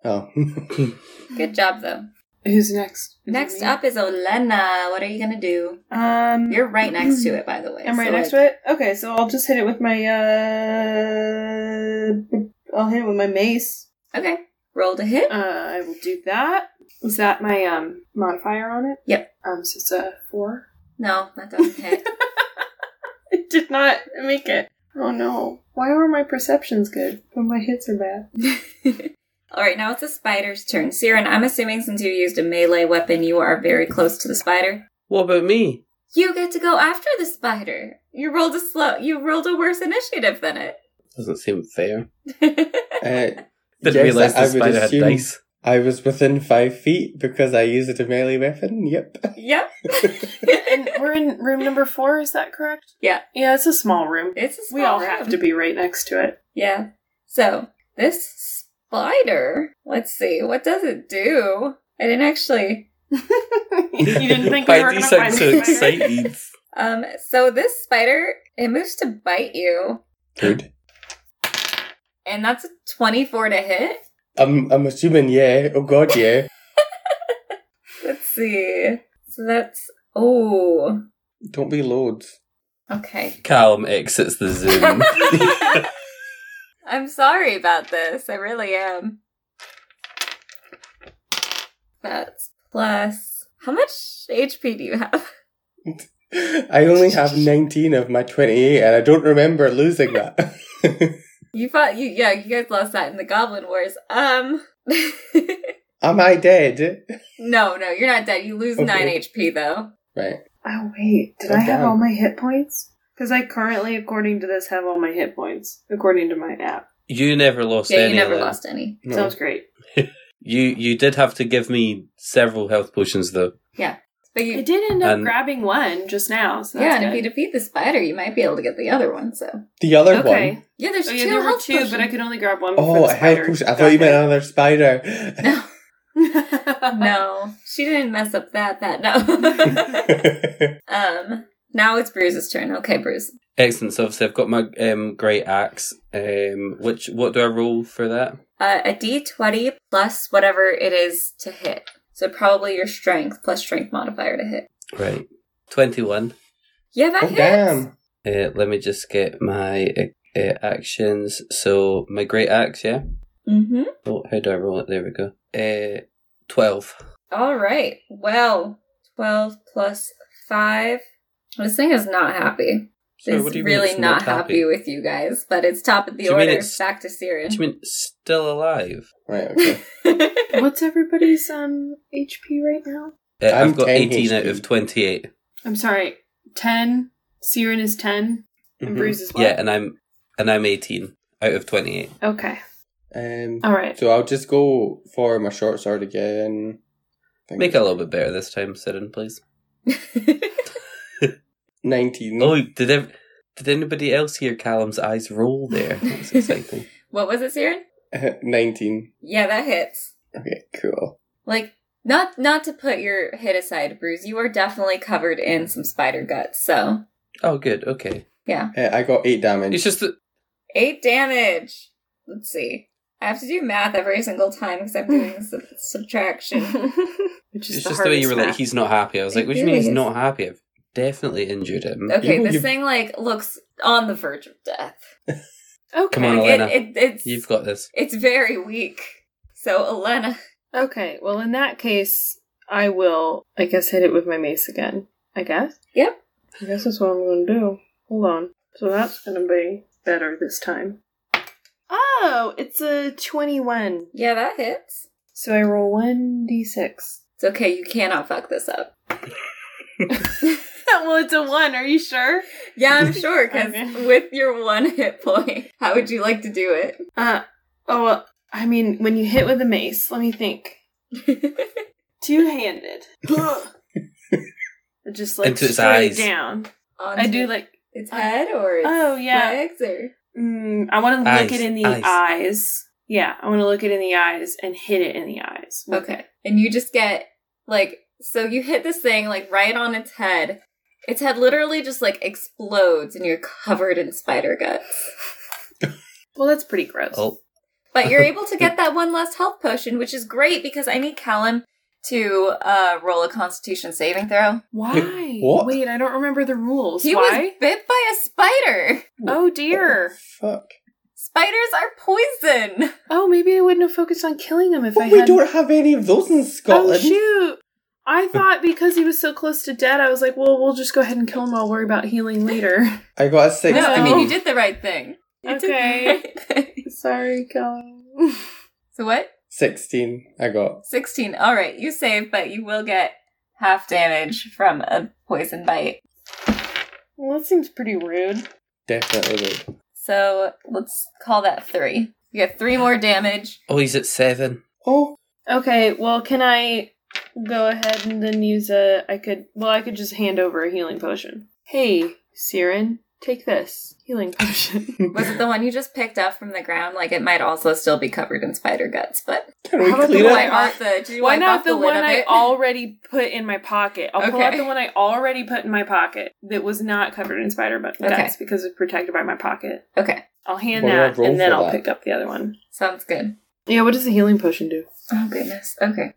[SPEAKER 7] Oh. [LAUGHS]
[SPEAKER 3] Good job though.
[SPEAKER 2] Mm-hmm. Who's next? Is it
[SPEAKER 3] Next
[SPEAKER 2] me?
[SPEAKER 3] up is Olena. What are you gonna do?
[SPEAKER 2] um,
[SPEAKER 3] You're right next to it, by the way.
[SPEAKER 2] I'm right next to it. Okay, so I'll just hit it with my. uh I'll hit it with my mace.
[SPEAKER 3] it. Okay. Roll to hit.
[SPEAKER 2] Uh, I will do that. Is that my um modifier on it?
[SPEAKER 3] Yep.
[SPEAKER 2] Um, so it's a four. [LAUGHS]
[SPEAKER 3] No, that doesn't hit.
[SPEAKER 2] It did not make it. Oh no! Why were my perceptions good but my hits are bad? [LAUGHS]
[SPEAKER 3] [LAUGHS] All right, now it's the spider's turn. Siren, I'm assuming since you used a melee weapon, you are very close to the spider.
[SPEAKER 6] What about me?
[SPEAKER 3] You get to go after the spider. You rolled a slow. You rolled a worse initiative than
[SPEAKER 6] Doesn't seem fair.
[SPEAKER 3] it.
[SPEAKER 7] uh, yes,
[SPEAKER 6] Didn't realise the
[SPEAKER 7] I would
[SPEAKER 6] spider had
[SPEAKER 7] assume
[SPEAKER 6] dice.
[SPEAKER 7] I was within 5 feet because I used a melee weapon. Yep.
[SPEAKER 3] [LAUGHS] yep.
[SPEAKER 2] [LAUGHS] and we're in room number four. Is that correct?
[SPEAKER 3] Yeah.
[SPEAKER 2] Yeah, it's a small room.
[SPEAKER 3] it's a small
[SPEAKER 2] we all
[SPEAKER 3] room.
[SPEAKER 2] have to be right next to [LAUGHS] it.
[SPEAKER 3] Yeah. So this spider. Let's see. What does it do? I didn't actually.
[SPEAKER 2] you didn't think we
[SPEAKER 6] Why
[SPEAKER 2] were
[SPEAKER 6] do you
[SPEAKER 2] going to
[SPEAKER 6] sound
[SPEAKER 2] find
[SPEAKER 6] so
[SPEAKER 2] so excited?
[SPEAKER 6] excited?
[SPEAKER 3] Um. So this spider it moves to bite you,
[SPEAKER 7] Good.
[SPEAKER 3] and that's a twenty-four to hit.
[SPEAKER 7] I'm, I'm assuming, yeah. Oh god, yeah.
[SPEAKER 3] Let's see. So that's oh
[SPEAKER 7] Don't be loads.
[SPEAKER 6] [LAUGHS]
[SPEAKER 3] okay.
[SPEAKER 6] Callum exits
[SPEAKER 3] [LAUGHS]
[SPEAKER 6] the Zoom.
[SPEAKER 3] I'm sorry about this. I really am. That's plus. How much HP do you have?
[SPEAKER 7] I only have 19 of my 28, and I don't remember losing that. [LAUGHS]
[SPEAKER 3] You fought you yeah, you guys lost that in the Goblin Wars. Um [LAUGHS]
[SPEAKER 7] Am I dead?
[SPEAKER 3] No, no, you're not dead. You lose
[SPEAKER 7] Okay.
[SPEAKER 3] nine HP though.
[SPEAKER 7] Right.
[SPEAKER 2] Oh wait, did I
[SPEAKER 7] Okay.
[SPEAKER 2] have all my hit points? Because I currently, according to this, have all my hit points according to my app.
[SPEAKER 6] you never lost
[SPEAKER 3] yeah,
[SPEAKER 6] any.
[SPEAKER 3] you never
[SPEAKER 6] then.
[SPEAKER 3] lost any.
[SPEAKER 7] No.
[SPEAKER 2] Sounds great.
[SPEAKER 6] You you did have to give me several health potions though.
[SPEAKER 3] But
[SPEAKER 2] I
[SPEAKER 3] you
[SPEAKER 2] did end up
[SPEAKER 6] And-
[SPEAKER 2] grabbing one just now. So
[SPEAKER 3] Yeah,
[SPEAKER 2] that's
[SPEAKER 3] and if you
[SPEAKER 2] good.
[SPEAKER 3] defeat the spider, you might be able to get the other one, so
[SPEAKER 7] the other
[SPEAKER 2] okay.
[SPEAKER 7] one.
[SPEAKER 3] Yeah, there's
[SPEAKER 2] Oh,
[SPEAKER 3] two
[SPEAKER 2] yeah, there were
[SPEAKER 3] health
[SPEAKER 2] two, but I
[SPEAKER 3] potions.
[SPEAKER 2] could only grab one. for
[SPEAKER 7] Oh,
[SPEAKER 2] the
[SPEAKER 7] a health
[SPEAKER 2] spider.
[SPEAKER 7] potion. I thought um, you meant another
[SPEAKER 2] [LAUGHS]
[SPEAKER 7] spider.
[SPEAKER 3] No.
[SPEAKER 7] [LAUGHS]
[SPEAKER 3] [LAUGHS]
[SPEAKER 2] Okay.
[SPEAKER 3] [LAUGHS] No, she didn't mess up that. That
[SPEAKER 7] [LAUGHS]
[SPEAKER 3] no. um, now it's Bruce's turn. Okay, Bruce.
[SPEAKER 6] Excellent. So obviously I've got my um great axe. Um which what do I roll for that?
[SPEAKER 3] Uh, a D twenty plus whatever it is to hit. So probably your strength plus strength modifier to hit.
[SPEAKER 6] Right. Twenty one.
[SPEAKER 3] Yeah, that
[SPEAKER 7] oh,
[SPEAKER 3] hits.
[SPEAKER 7] damn.
[SPEAKER 6] Uh, let me just get my uh, uh, actions. So my great axe, yeah.
[SPEAKER 3] Mm-hmm.
[SPEAKER 6] Oh, how do I roll it? There we go. Uh, twelve.
[SPEAKER 3] All right. Well, twelve plus five. This thing is not happy.
[SPEAKER 6] Sorry,
[SPEAKER 3] it's
[SPEAKER 6] what do you mean
[SPEAKER 3] really
[SPEAKER 6] it's
[SPEAKER 3] not, happy? with you guys, but it's top of
[SPEAKER 6] Do
[SPEAKER 3] the
[SPEAKER 6] you mean
[SPEAKER 3] order.
[SPEAKER 6] it's-
[SPEAKER 3] Back to
[SPEAKER 6] Do
[SPEAKER 3] Siren.
[SPEAKER 6] you mean still alive?
[SPEAKER 7] Right,
[SPEAKER 2] [LAUGHS]
[SPEAKER 7] okay.
[SPEAKER 2] What's everybody's um HP right now?
[SPEAKER 6] Uh,
[SPEAKER 7] I'm
[SPEAKER 6] I've got
[SPEAKER 7] 10
[SPEAKER 6] eighteen out
[SPEAKER 7] HP.
[SPEAKER 6] of twenty eight.
[SPEAKER 2] I'm sorry, ten. Siren is 10 and
[SPEAKER 7] Mhm.
[SPEAKER 2] Bruise is what?
[SPEAKER 6] Yeah, and I'm and I'm eighteen out of twenty eight.
[SPEAKER 2] okay,
[SPEAKER 7] Um,
[SPEAKER 2] all right.
[SPEAKER 7] So I'll just go for my short sword again. Think
[SPEAKER 6] Make it a little bit better this time, Siren, please.
[SPEAKER 7] 19.
[SPEAKER 6] Oh, did ev- did anybody else hear Callum's eyes roll
[SPEAKER 7] [LAUGHS]
[SPEAKER 6] there? That's exciting.
[SPEAKER 3] [LAUGHS] what was it, Siren?
[SPEAKER 7] 19.
[SPEAKER 3] Yeah, that hits.
[SPEAKER 7] Uh, Okay, cool.
[SPEAKER 3] like not not to put your hit aside bruise you are definitely covered in some spider guts so
[SPEAKER 6] oh, good. Okay,
[SPEAKER 7] Uh, I got 8 damage.
[SPEAKER 6] it's just that
[SPEAKER 3] eight damage let's see i have to do math every single time because i'm doing
[SPEAKER 6] [LAUGHS]
[SPEAKER 3] the sub- subtraction
[SPEAKER 2] Which
[SPEAKER 6] it's
[SPEAKER 2] the
[SPEAKER 6] just the way you were
[SPEAKER 2] hardest
[SPEAKER 6] like,
[SPEAKER 2] math.
[SPEAKER 6] he's not happy. I was like,
[SPEAKER 3] It
[SPEAKER 6] what do you mean he's
[SPEAKER 3] is.
[SPEAKER 6] not happy? I've definitely injured him. [LAUGHS]
[SPEAKER 3] okay
[SPEAKER 7] You-
[SPEAKER 3] this
[SPEAKER 7] you-
[SPEAKER 3] thing like looks on the verge of death
[SPEAKER 2] Okay.
[SPEAKER 6] Come on,
[SPEAKER 3] Like,
[SPEAKER 6] Elena.
[SPEAKER 3] It, it, it's,
[SPEAKER 6] You've got this.
[SPEAKER 3] it's very weak. So, Elena. [LAUGHS]
[SPEAKER 2] Okay, well, in that case, I will, I guess, hit it with my mace again. I guess?
[SPEAKER 3] Yep.
[SPEAKER 2] I guess that's what I'm going to do. Hold on. So that's going to be better this time. Oh, it's a 21.
[SPEAKER 3] Yeah, that hits.
[SPEAKER 2] So I roll 1d6.
[SPEAKER 3] It's okay. You cannot fuck this up.
[SPEAKER 2] [LAUGHS] well, it's a 1. Are you sure?
[SPEAKER 3] Yeah, I'm sure. Because
[SPEAKER 2] Okay.
[SPEAKER 3] with your one hit point, how would you like to do
[SPEAKER 2] Uh, oh, well, I mean, when you hit with a mace, let me think.
[SPEAKER 3] it? [LAUGHS]
[SPEAKER 2] Two [LAUGHS] handed. Just like
[SPEAKER 6] Into its
[SPEAKER 2] straight
[SPEAKER 6] eyes.
[SPEAKER 2] down.
[SPEAKER 3] On
[SPEAKER 2] I do like,
[SPEAKER 3] its head or its
[SPEAKER 2] oh, yeah.
[SPEAKER 3] legs or
[SPEAKER 2] Mm, I want to
[SPEAKER 6] Eyes,
[SPEAKER 2] look it in the
[SPEAKER 6] eyes.
[SPEAKER 2] eyes. Yeah, I want to look it in the eyes and hit it in the eyes. with
[SPEAKER 3] okay.
[SPEAKER 2] it.
[SPEAKER 3] And you just get like so you hit this thing like right on its head. Its head literally just like explodes, and you're covered in spider guts.
[SPEAKER 2] Well, that's pretty gross.
[SPEAKER 6] Oh,
[SPEAKER 3] But you're able to get that one last health potion, which is great because I need Callum to uh, roll a Constitution saving throw.
[SPEAKER 7] [LAUGHS]
[SPEAKER 2] Why?
[SPEAKER 7] What?
[SPEAKER 2] Wait, I don't remember the rules.
[SPEAKER 3] He was
[SPEAKER 2] Why?
[SPEAKER 3] bit by a spider.
[SPEAKER 2] Oh dear.
[SPEAKER 7] Fuck.
[SPEAKER 3] Spiders are poison.
[SPEAKER 2] Oh, maybe I wouldn't have focused on killing [LAUGHS] him if
[SPEAKER 7] But
[SPEAKER 2] I had.
[SPEAKER 7] we don't have any of those in
[SPEAKER 2] oh
[SPEAKER 7] Scotland.
[SPEAKER 2] shoot! I thought because he was so close to dead, I was like, well, we'll just go ahead and kill him. I'll worry about healing later.
[SPEAKER 7] I got a six.
[SPEAKER 3] No, I
[SPEAKER 2] No.
[SPEAKER 3] mean you did the right thing. You did the
[SPEAKER 2] Okay.
[SPEAKER 3] right thing.
[SPEAKER 2] [LAUGHS] Sorry, Callum.
[SPEAKER 3] So what?
[SPEAKER 7] Sixteen. I got.
[SPEAKER 3] 16. All right, you save, but you will get half damage from a poison bite.
[SPEAKER 2] well, that seems pretty rude.
[SPEAKER 7] Definitely. Though.
[SPEAKER 3] So let's call that three. You get three more damage.
[SPEAKER 6] oh, he's at seven.
[SPEAKER 7] Oh, [LAUGHS]
[SPEAKER 2] Okay, well, can I go ahead and then use a? I could. Well, I could just hand over a healing potion. Hey, Siren, take this healing potion.
[SPEAKER 3] Was it the one you just picked up from the ground? Like it might also still be covered in spider guts, but
[SPEAKER 7] can we
[SPEAKER 2] How about
[SPEAKER 7] clean
[SPEAKER 2] the
[SPEAKER 7] it?
[SPEAKER 2] white-
[SPEAKER 3] wipe off the. Did you
[SPEAKER 2] Why
[SPEAKER 3] wipe
[SPEAKER 2] not
[SPEAKER 3] off
[SPEAKER 2] the,
[SPEAKER 3] the, lid
[SPEAKER 2] one
[SPEAKER 3] of
[SPEAKER 2] I [LAUGHS]
[SPEAKER 3] it?
[SPEAKER 2] already put in my pocket? I'll pull out
[SPEAKER 3] Okay.
[SPEAKER 2] the one I already put in my pocket that was not covered in spider bu-
[SPEAKER 3] Okay.
[SPEAKER 2] guts because it's protected by my pocket.
[SPEAKER 3] Okay,
[SPEAKER 2] I'll hand
[SPEAKER 7] What do I
[SPEAKER 2] that
[SPEAKER 7] roll
[SPEAKER 2] and then
[SPEAKER 7] for
[SPEAKER 2] I'll
[SPEAKER 7] that? [LAUGHS]
[SPEAKER 2] pick up the other one.
[SPEAKER 3] sounds good.
[SPEAKER 2] Yeah, what does the healing potion do?
[SPEAKER 3] Oh goodness. Okay.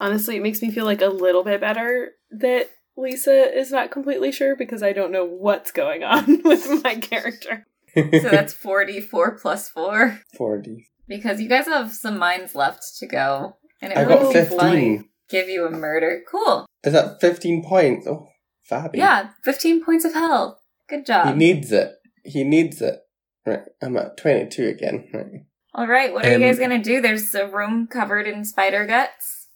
[SPEAKER 2] Honestly, it makes me feel like a little bit better that Lisa is not completely sure because I don't know what's going on [LAUGHS] with my character.
[SPEAKER 3] [LAUGHS] So that's forty-four plus four
[SPEAKER 7] Forty.
[SPEAKER 3] because you guys have some minds left to go, and it
[SPEAKER 7] I
[SPEAKER 3] would
[SPEAKER 7] got
[SPEAKER 2] Oh,
[SPEAKER 3] be fun.
[SPEAKER 7] fifteen.
[SPEAKER 3] Give you a murder. Cool.
[SPEAKER 7] Is that fifteen points? Oh, Fabby.
[SPEAKER 3] Yeah, fifteen points of health. Good
[SPEAKER 7] He
[SPEAKER 3] job.
[SPEAKER 7] needs it. He needs it. Right. I'm at twenty-two again. Right.
[SPEAKER 3] All right, what are
[SPEAKER 6] Um,
[SPEAKER 3] you guys gonna do? There's a room covered in spider guts.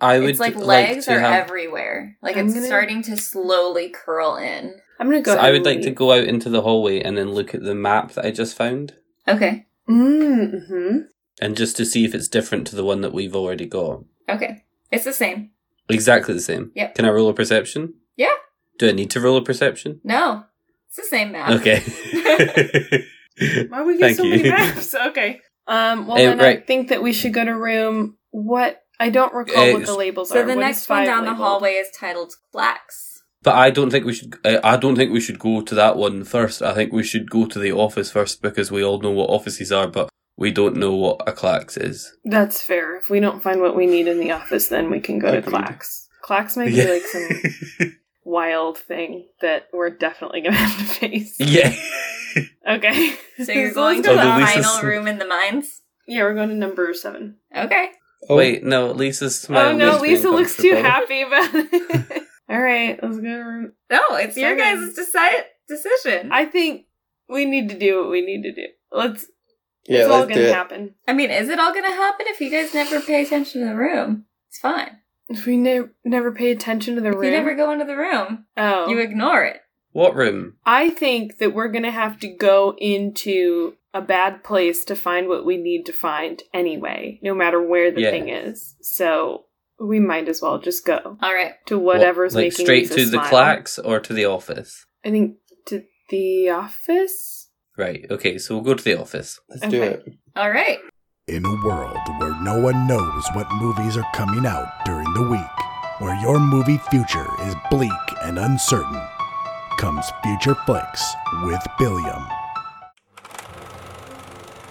[SPEAKER 6] I would
[SPEAKER 3] It's like legs
[SPEAKER 6] to
[SPEAKER 3] are
[SPEAKER 6] have.
[SPEAKER 3] everywhere. Like
[SPEAKER 2] I'm
[SPEAKER 3] it's
[SPEAKER 2] gonna-
[SPEAKER 3] starting to slowly curl in.
[SPEAKER 2] I'm gonna go.
[SPEAKER 6] So
[SPEAKER 2] ahead
[SPEAKER 6] I would
[SPEAKER 2] and
[SPEAKER 6] like to
[SPEAKER 2] leave.
[SPEAKER 6] go out into the hallway and then look at the map that I just found,
[SPEAKER 3] Okay.
[SPEAKER 2] Mm-hmm.
[SPEAKER 6] and just to see if it's different to the one that we've already got.
[SPEAKER 3] Okay. It's the same.
[SPEAKER 6] Exactly the same.
[SPEAKER 3] Yep.
[SPEAKER 6] Can I roll a perception?
[SPEAKER 3] Yeah.
[SPEAKER 6] Do I need to roll a perception?
[SPEAKER 3] No. It's the same
[SPEAKER 2] Ah.
[SPEAKER 3] map.
[SPEAKER 2] [LAUGHS]
[SPEAKER 6] Okay.
[SPEAKER 2] Why we
[SPEAKER 6] Thank
[SPEAKER 2] get so many
[SPEAKER 6] you.
[SPEAKER 2] maps? Okay. Um, well,
[SPEAKER 6] Eh,
[SPEAKER 2] then I
[SPEAKER 6] right.
[SPEAKER 2] think that we should go to room. What I don't recall
[SPEAKER 6] Eh,
[SPEAKER 2] what the labels
[SPEAKER 3] So
[SPEAKER 2] are.
[SPEAKER 3] the
[SPEAKER 2] What
[SPEAKER 3] next
[SPEAKER 2] is
[SPEAKER 3] one
[SPEAKER 2] five
[SPEAKER 3] down the
[SPEAKER 2] labeled?
[SPEAKER 3] hallway is titled [LAUGHS] Clax.
[SPEAKER 6] but I don't think we should. I, I don't think we should go to that one first. I think we should go to the office first because we all know what offices are, but we don't know what a clax
[SPEAKER 2] [LAUGHS]
[SPEAKER 6] is.
[SPEAKER 2] That's fair. If we don't find what we need in the office, then we can go to
[SPEAKER 7] Agreed.
[SPEAKER 2] Clax. Clax might be like
[SPEAKER 6] [LAUGHS]
[SPEAKER 2] some wild thing that we're definitely gonna [LAUGHS] have to face.
[SPEAKER 6] yeah.
[SPEAKER 2] Okay.
[SPEAKER 3] So you're
[SPEAKER 2] [LAUGHS] let's
[SPEAKER 3] going to
[SPEAKER 2] go
[SPEAKER 3] the
[SPEAKER 6] Oh, the Lisa's-
[SPEAKER 3] final room in the mines?
[SPEAKER 2] Yeah, we're going to number seven.
[SPEAKER 3] Okay.
[SPEAKER 7] Oh,
[SPEAKER 6] Wait, no. Lisa's
[SPEAKER 2] Oh
[SPEAKER 6] smiling.
[SPEAKER 2] no,
[SPEAKER 6] makes me
[SPEAKER 2] Lisa looks too
[SPEAKER 6] uncomfortable.
[SPEAKER 2] happy about it. [LAUGHS] All right, let's go. to room-
[SPEAKER 3] No, it's your
[SPEAKER 2] Seven.
[SPEAKER 3] guys' deci- decision. I-,
[SPEAKER 2] I think we need to do what we need to do. Let's.
[SPEAKER 7] Yeah,
[SPEAKER 2] it's all
[SPEAKER 7] let's
[SPEAKER 2] gonna
[SPEAKER 7] do it.
[SPEAKER 2] happen.
[SPEAKER 3] mean, is it all gonna happen if you guys never pay attention to the room? It's fine.
[SPEAKER 2] If we ne- never pay attention to the
[SPEAKER 3] If
[SPEAKER 2] room,
[SPEAKER 3] you never go into the room,
[SPEAKER 2] oh,
[SPEAKER 3] you ignore it.
[SPEAKER 6] What room?
[SPEAKER 2] I think that we're gonna have to go into a bad place to find what we need to find anyway, no matter where the
[SPEAKER 6] Yeah.
[SPEAKER 2] thing is. So we might as well just go
[SPEAKER 3] All right.
[SPEAKER 2] to whatever's
[SPEAKER 6] What, like
[SPEAKER 2] making
[SPEAKER 6] straight
[SPEAKER 2] Lisa
[SPEAKER 6] to the
[SPEAKER 2] smile.
[SPEAKER 6] clax or to the office.
[SPEAKER 2] I think to the office.
[SPEAKER 6] Right. Okay. So we'll go to the office.
[SPEAKER 7] Let's do
[SPEAKER 2] Okay.
[SPEAKER 7] it.
[SPEAKER 3] All right.
[SPEAKER 8] In a world where no one knows what movies are coming out during the week, where your movie future is bleak and uncertain, comes Future Flicks with Billiam.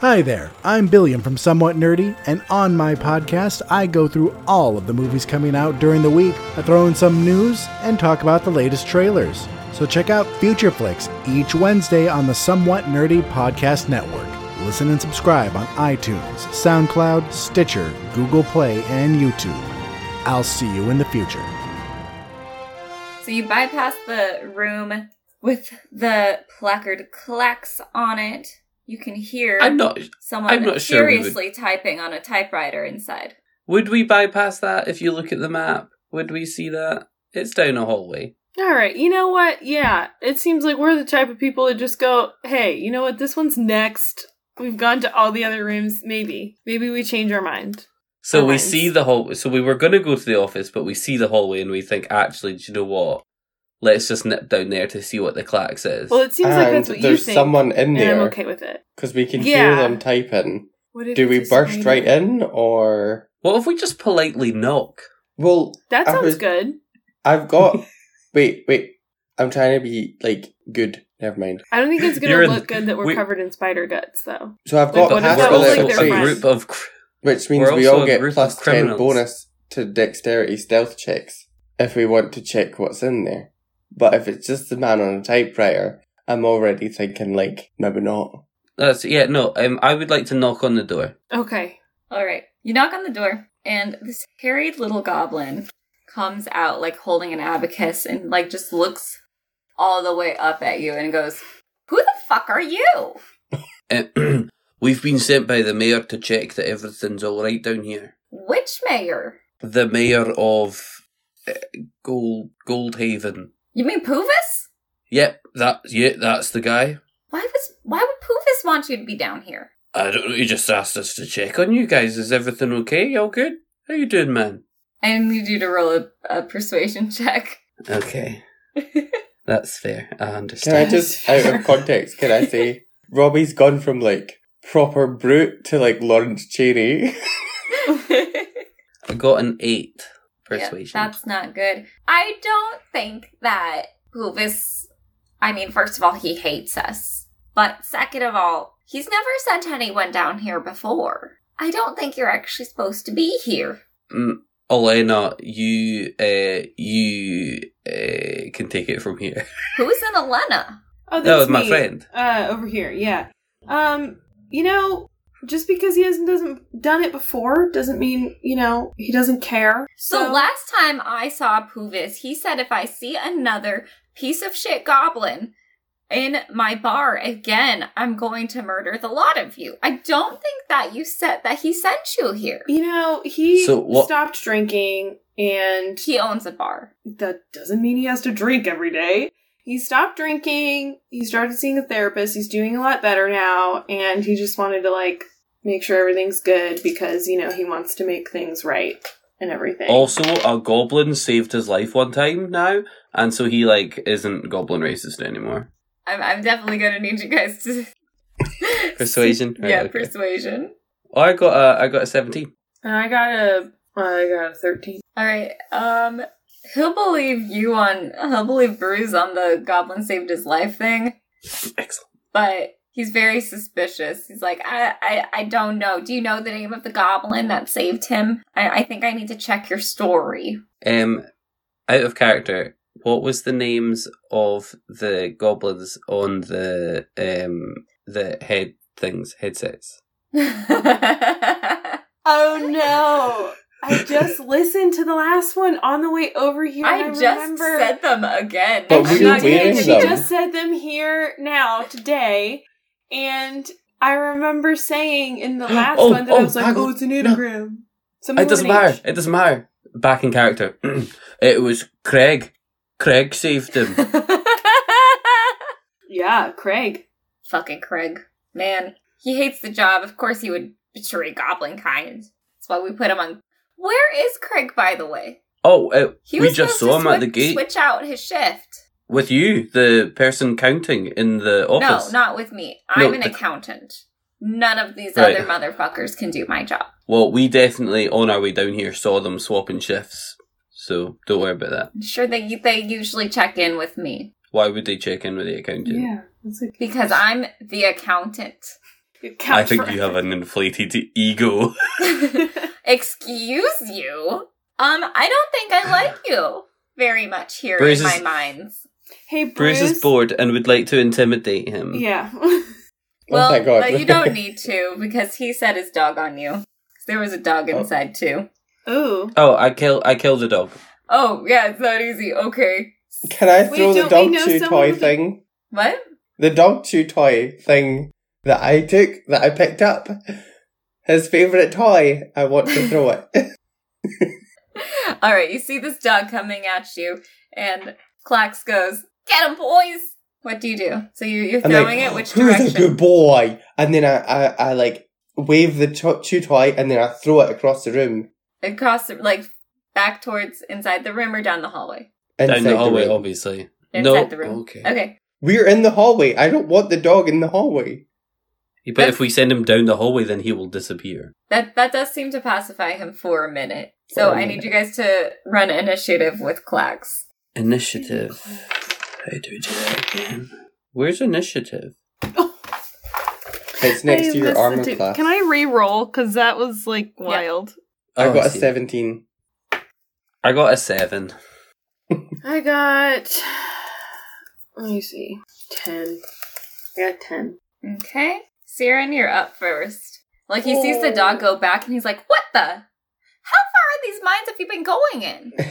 [SPEAKER 8] Hi there, I'm Billiam from Somewhat Nerdy, and on my podcast, I go through all of the movies coming out during the week. I throw in some news and talk about the latest trailers. So check out Future Flicks each Wednesday on the Somewhat Nerdy Podcast Network. Listen and subscribe on iTunes, SoundCloud, Stitcher, Google Play, and YouTube. I'll see you in the future.
[SPEAKER 3] So you bypass the room with the placard clacks on it. You can hear
[SPEAKER 6] I'm not.
[SPEAKER 3] someone
[SPEAKER 6] I'm not sure we would-
[SPEAKER 3] furiously typing on a typewriter inside.
[SPEAKER 6] Would we bypass that if you look at the map? Would we see that? It's down a hallway.
[SPEAKER 2] All right, you know what? Yeah, it seems like we're the type of people that just go, "Hey, you know what? This one's next. We've gone to all the other rooms. Maybe, maybe we change our mind."
[SPEAKER 6] So we
[SPEAKER 2] Alright.
[SPEAKER 6] see the hall. So we were going to go to the office, but we see the hallway and we think, actually, do you know what? Let's just nip down there to see what the clack says.
[SPEAKER 2] Well, it seems like
[SPEAKER 7] and
[SPEAKER 2] that's what you
[SPEAKER 7] there's
[SPEAKER 2] think.
[SPEAKER 7] someone in
[SPEAKER 2] and I'm
[SPEAKER 7] there
[SPEAKER 2] okay with it.
[SPEAKER 7] because we can hear
[SPEAKER 2] Yeah.
[SPEAKER 7] them typing.
[SPEAKER 2] What if
[SPEAKER 7] Do we
[SPEAKER 2] it's a
[SPEAKER 7] burst
[SPEAKER 2] screen?
[SPEAKER 7] right in or?
[SPEAKER 6] what if we just politely knock?
[SPEAKER 7] Well,
[SPEAKER 2] That
[SPEAKER 7] I
[SPEAKER 2] sounds
[SPEAKER 7] was-
[SPEAKER 2] good.
[SPEAKER 7] I've
[SPEAKER 2] [LAUGHS]
[SPEAKER 7] got. wait, wait. I'm trying to be like good. Never mind.
[SPEAKER 2] I don't think it's
[SPEAKER 6] [LAUGHS]
[SPEAKER 2] gonna
[SPEAKER 6] You're in-
[SPEAKER 2] look good that we're
[SPEAKER 6] we-
[SPEAKER 2] covered in spider guts, though.
[SPEAKER 7] So I've
[SPEAKER 2] Like,
[SPEAKER 7] got
[SPEAKER 2] what if
[SPEAKER 7] half a
[SPEAKER 2] that was
[SPEAKER 7] level
[SPEAKER 2] like their
[SPEAKER 6] also a
[SPEAKER 7] three,
[SPEAKER 2] friend?
[SPEAKER 6] group of cr-
[SPEAKER 7] which
[SPEAKER 6] We're
[SPEAKER 7] means we
[SPEAKER 6] also
[SPEAKER 7] all
[SPEAKER 6] a
[SPEAKER 7] get
[SPEAKER 6] group
[SPEAKER 7] plus
[SPEAKER 6] of
[SPEAKER 7] ten
[SPEAKER 6] criminals.
[SPEAKER 7] bonus to dexterity stealth checks if we want to check what's in there. But if it's just the man on a typewriter, I'm already thinking like maybe not.
[SPEAKER 6] That's yeah. No, um, I would like to knock on the door. [CLEARS THROAT]
[SPEAKER 2] Okay.
[SPEAKER 3] All right. You knock on the door, and this harried little goblin comes out, like holding an abacus, and like just looks all the way up at you and goes, "Who the fuck are you?"
[SPEAKER 6] Uh, We've been sent by the mayor to check that everything's all right down here.
[SPEAKER 3] Which mayor?
[SPEAKER 6] The mayor of uh, Gold Goldhaven.
[SPEAKER 3] You mean Poovis?
[SPEAKER 6] Yep, that yeah, that's the guy.
[SPEAKER 3] Why was why would Poovis want you to be down here?
[SPEAKER 6] I don't know. He just asked us to check on you guys. Is everything okay? Y'all good? How you doing, man?
[SPEAKER 3] I need you to roll a, a persuasion check. [LAUGHS]
[SPEAKER 6] Okay, that's fair. I
[SPEAKER 7] Can
[SPEAKER 6] understand.
[SPEAKER 7] I just out of context? Can I say Robbie's gone from like proper brute to like Lawrence Cheney? [LAUGHS] Oh
[SPEAKER 6] I got an eight
[SPEAKER 3] Yeah,
[SPEAKER 6] persuasion.
[SPEAKER 3] that's not good. I don't think that Poovis. I mean, first of all, he hates us. But second of all, he's never sent anyone down here before. I don't think you're actually supposed to be here.
[SPEAKER 6] Mm, Elena, you uh, you uh, can take it from here.
[SPEAKER 3] Who's an Elena?
[SPEAKER 2] Oh, that's
[SPEAKER 6] that was my
[SPEAKER 2] me.
[SPEAKER 6] friend.
[SPEAKER 2] Uh, over here, yeah. Um, you know, just because he hasn't doesn't done it before doesn't mean you know he doesn't care.
[SPEAKER 3] So, last time I saw Poovis, he said if I see another piece of shit goblin in my bar again, I'm going to murder the lot of you. I don't think that you said that he sent you here.
[SPEAKER 2] You know, he
[SPEAKER 6] So what-
[SPEAKER 2] stopped drinking, and
[SPEAKER 3] He owns a bar.
[SPEAKER 2] that doesn't mean he has to drink every day. He stopped drinking, he started seeing a therapist, he's doing a lot better now, and he just wanted to, like, make sure everything's good because, you know, he wants to make things right and everything.
[SPEAKER 6] Also, a goblin saved his life one time now, and so he like isn't goblin racist anymore.
[SPEAKER 3] I'm, I'm definitely gonna need you guys to
[SPEAKER 6] [LAUGHS] Persuasion?
[SPEAKER 3] [LAUGHS]
[SPEAKER 6] Right,
[SPEAKER 3] yeah,
[SPEAKER 6] okay.
[SPEAKER 3] persuasion.
[SPEAKER 6] Oh, I got a I got a seventeen.
[SPEAKER 2] And I got a, I got a 13.
[SPEAKER 3] All right. Um, he'll believe you on he'll believe Bruce on the goblin saved his life thing,
[SPEAKER 6] [LAUGHS] Excellent.
[SPEAKER 3] but he's very suspicious. He's like, I I, I don't know. Do you know the name of the goblin that saved him? I, I think I need to check your story. [LAUGHS]
[SPEAKER 6] Um, out of character. What was the names of the goblins on the um the head things headsets?
[SPEAKER 3] I
[SPEAKER 2] Oh no! I just listened to the last one on the way over here. and
[SPEAKER 3] just
[SPEAKER 2] remember.
[SPEAKER 3] said them again.
[SPEAKER 7] But
[SPEAKER 3] I'm
[SPEAKER 7] Oh, we
[SPEAKER 3] not gonna
[SPEAKER 7] wearing
[SPEAKER 2] she
[SPEAKER 7] them.
[SPEAKER 2] just said them here now today, and I remember saying
[SPEAKER 7] [GASPS]
[SPEAKER 2] in the last
[SPEAKER 6] Oh,
[SPEAKER 2] one that I
[SPEAKER 6] oh,
[SPEAKER 2] was like,
[SPEAKER 6] hang on.
[SPEAKER 2] "Oh, it's an anagram." Something
[SPEAKER 6] It doesn't
[SPEAKER 2] with an
[SPEAKER 6] matter.
[SPEAKER 2] H.
[SPEAKER 6] It doesn't matter. Back in character. [CLEARS THROAT] it was Craig. Craig saved him.
[SPEAKER 3] [LAUGHS]
[SPEAKER 2] Yeah, Craig.
[SPEAKER 3] Fucking Craig. Man, he hates the job. Of course he would betray goblin kind. That's why we put him on. Where is Craig, by the way?
[SPEAKER 6] oh, uh,
[SPEAKER 3] He
[SPEAKER 6] We
[SPEAKER 3] was
[SPEAKER 6] just
[SPEAKER 3] supposed
[SPEAKER 6] saw
[SPEAKER 3] to
[SPEAKER 6] him at the
[SPEAKER 3] swi-
[SPEAKER 6] gate.
[SPEAKER 3] Switch out his shift.
[SPEAKER 6] with you, the person counting in the office.
[SPEAKER 3] No, not with me.
[SPEAKER 6] No,
[SPEAKER 3] I'm an
[SPEAKER 6] the-
[SPEAKER 3] accountant. None of these
[SPEAKER 6] Right.
[SPEAKER 3] other motherfuckers can do my job.
[SPEAKER 6] Well, we definitely on our way down here saw them swapping shifts, so don't worry about that.
[SPEAKER 3] I'm sure they they usually check in with me
[SPEAKER 6] Why would they check in with the accountant?
[SPEAKER 2] Yeah, that's like
[SPEAKER 3] because I'm the accountant.
[SPEAKER 6] I think you have an inflated ego.
[SPEAKER 3] Excuse you. Um, I don't think I like you very much here
[SPEAKER 6] Bruce
[SPEAKER 3] in my
[SPEAKER 6] is-
[SPEAKER 3] minds.
[SPEAKER 2] [LAUGHS] Hey,
[SPEAKER 6] [LAUGHS]
[SPEAKER 2] Bruce.
[SPEAKER 6] Bruce is bored and would like to intimidate him.
[SPEAKER 2] Yeah. [LAUGHS]
[SPEAKER 3] Well,
[SPEAKER 7] thank Oh God.
[SPEAKER 3] uh, you
[SPEAKER 7] [LAUGHS]
[SPEAKER 3] don't need to because he set his dog on you. 'Cause There was a dog
[SPEAKER 7] Oh.
[SPEAKER 3] inside too.
[SPEAKER 2] Ooh.
[SPEAKER 6] Oh, I kill I killed a dog.
[SPEAKER 3] Oh yeah, it's not easy. Okay,
[SPEAKER 7] Can I
[SPEAKER 2] Wait,
[SPEAKER 7] throw the
[SPEAKER 2] don't we
[SPEAKER 7] dog
[SPEAKER 2] know
[SPEAKER 7] chew
[SPEAKER 2] someone
[SPEAKER 7] toy
[SPEAKER 2] with a-
[SPEAKER 7] thing?
[SPEAKER 3] what?
[SPEAKER 7] The dog chew toy thing that I took, that I picked up. His favourite toy. I want to
[SPEAKER 3] [LAUGHS]
[SPEAKER 7] throw it.
[SPEAKER 3] All right, you see this dog coming at you, and Clax goes, "Get him, boys!" What do you do? So you, you're
[SPEAKER 7] I'm
[SPEAKER 3] throwing
[SPEAKER 7] [GASPS] like,
[SPEAKER 3] it. Which
[SPEAKER 7] Who's a
[SPEAKER 3] direction?
[SPEAKER 7] good boy? And then I, I, I like wave the cho- chew toy and then I throw it across the room.
[SPEAKER 3] Across, the, like back towards inside the room or down the hallway?
[SPEAKER 6] Down
[SPEAKER 7] inside
[SPEAKER 6] the hallway,
[SPEAKER 7] room.
[SPEAKER 6] obviously.
[SPEAKER 3] Inside
[SPEAKER 6] no.
[SPEAKER 3] the room.
[SPEAKER 6] Okay.
[SPEAKER 3] Okay,
[SPEAKER 7] We're in the hallway. I don't want the dog in the hallway.
[SPEAKER 6] But if we send him down the hallway, then he will disappear.
[SPEAKER 3] that that does seem to pacify him for a minute. So
[SPEAKER 7] For a
[SPEAKER 3] I need
[SPEAKER 7] minute.
[SPEAKER 3] you guys to run initiative with Clax.
[SPEAKER 6] Initiative. How do we do that again? Where's initiative?
[SPEAKER 7] It's next
[SPEAKER 2] I
[SPEAKER 7] to your
[SPEAKER 2] missed the
[SPEAKER 7] armor
[SPEAKER 2] two-
[SPEAKER 7] class.
[SPEAKER 2] Can I re-roll? Because that was like
[SPEAKER 3] Yeah.
[SPEAKER 2] wild.
[SPEAKER 7] I
[SPEAKER 6] Oh,
[SPEAKER 7] got a
[SPEAKER 6] see.
[SPEAKER 7] 17.
[SPEAKER 6] I got a seven.
[SPEAKER 2] I got. Let me see. Ten. I got ten.
[SPEAKER 3] Okay. Siren, you're up first. Like he sees the dog go back and he's like, What the? How far are these mines have you been going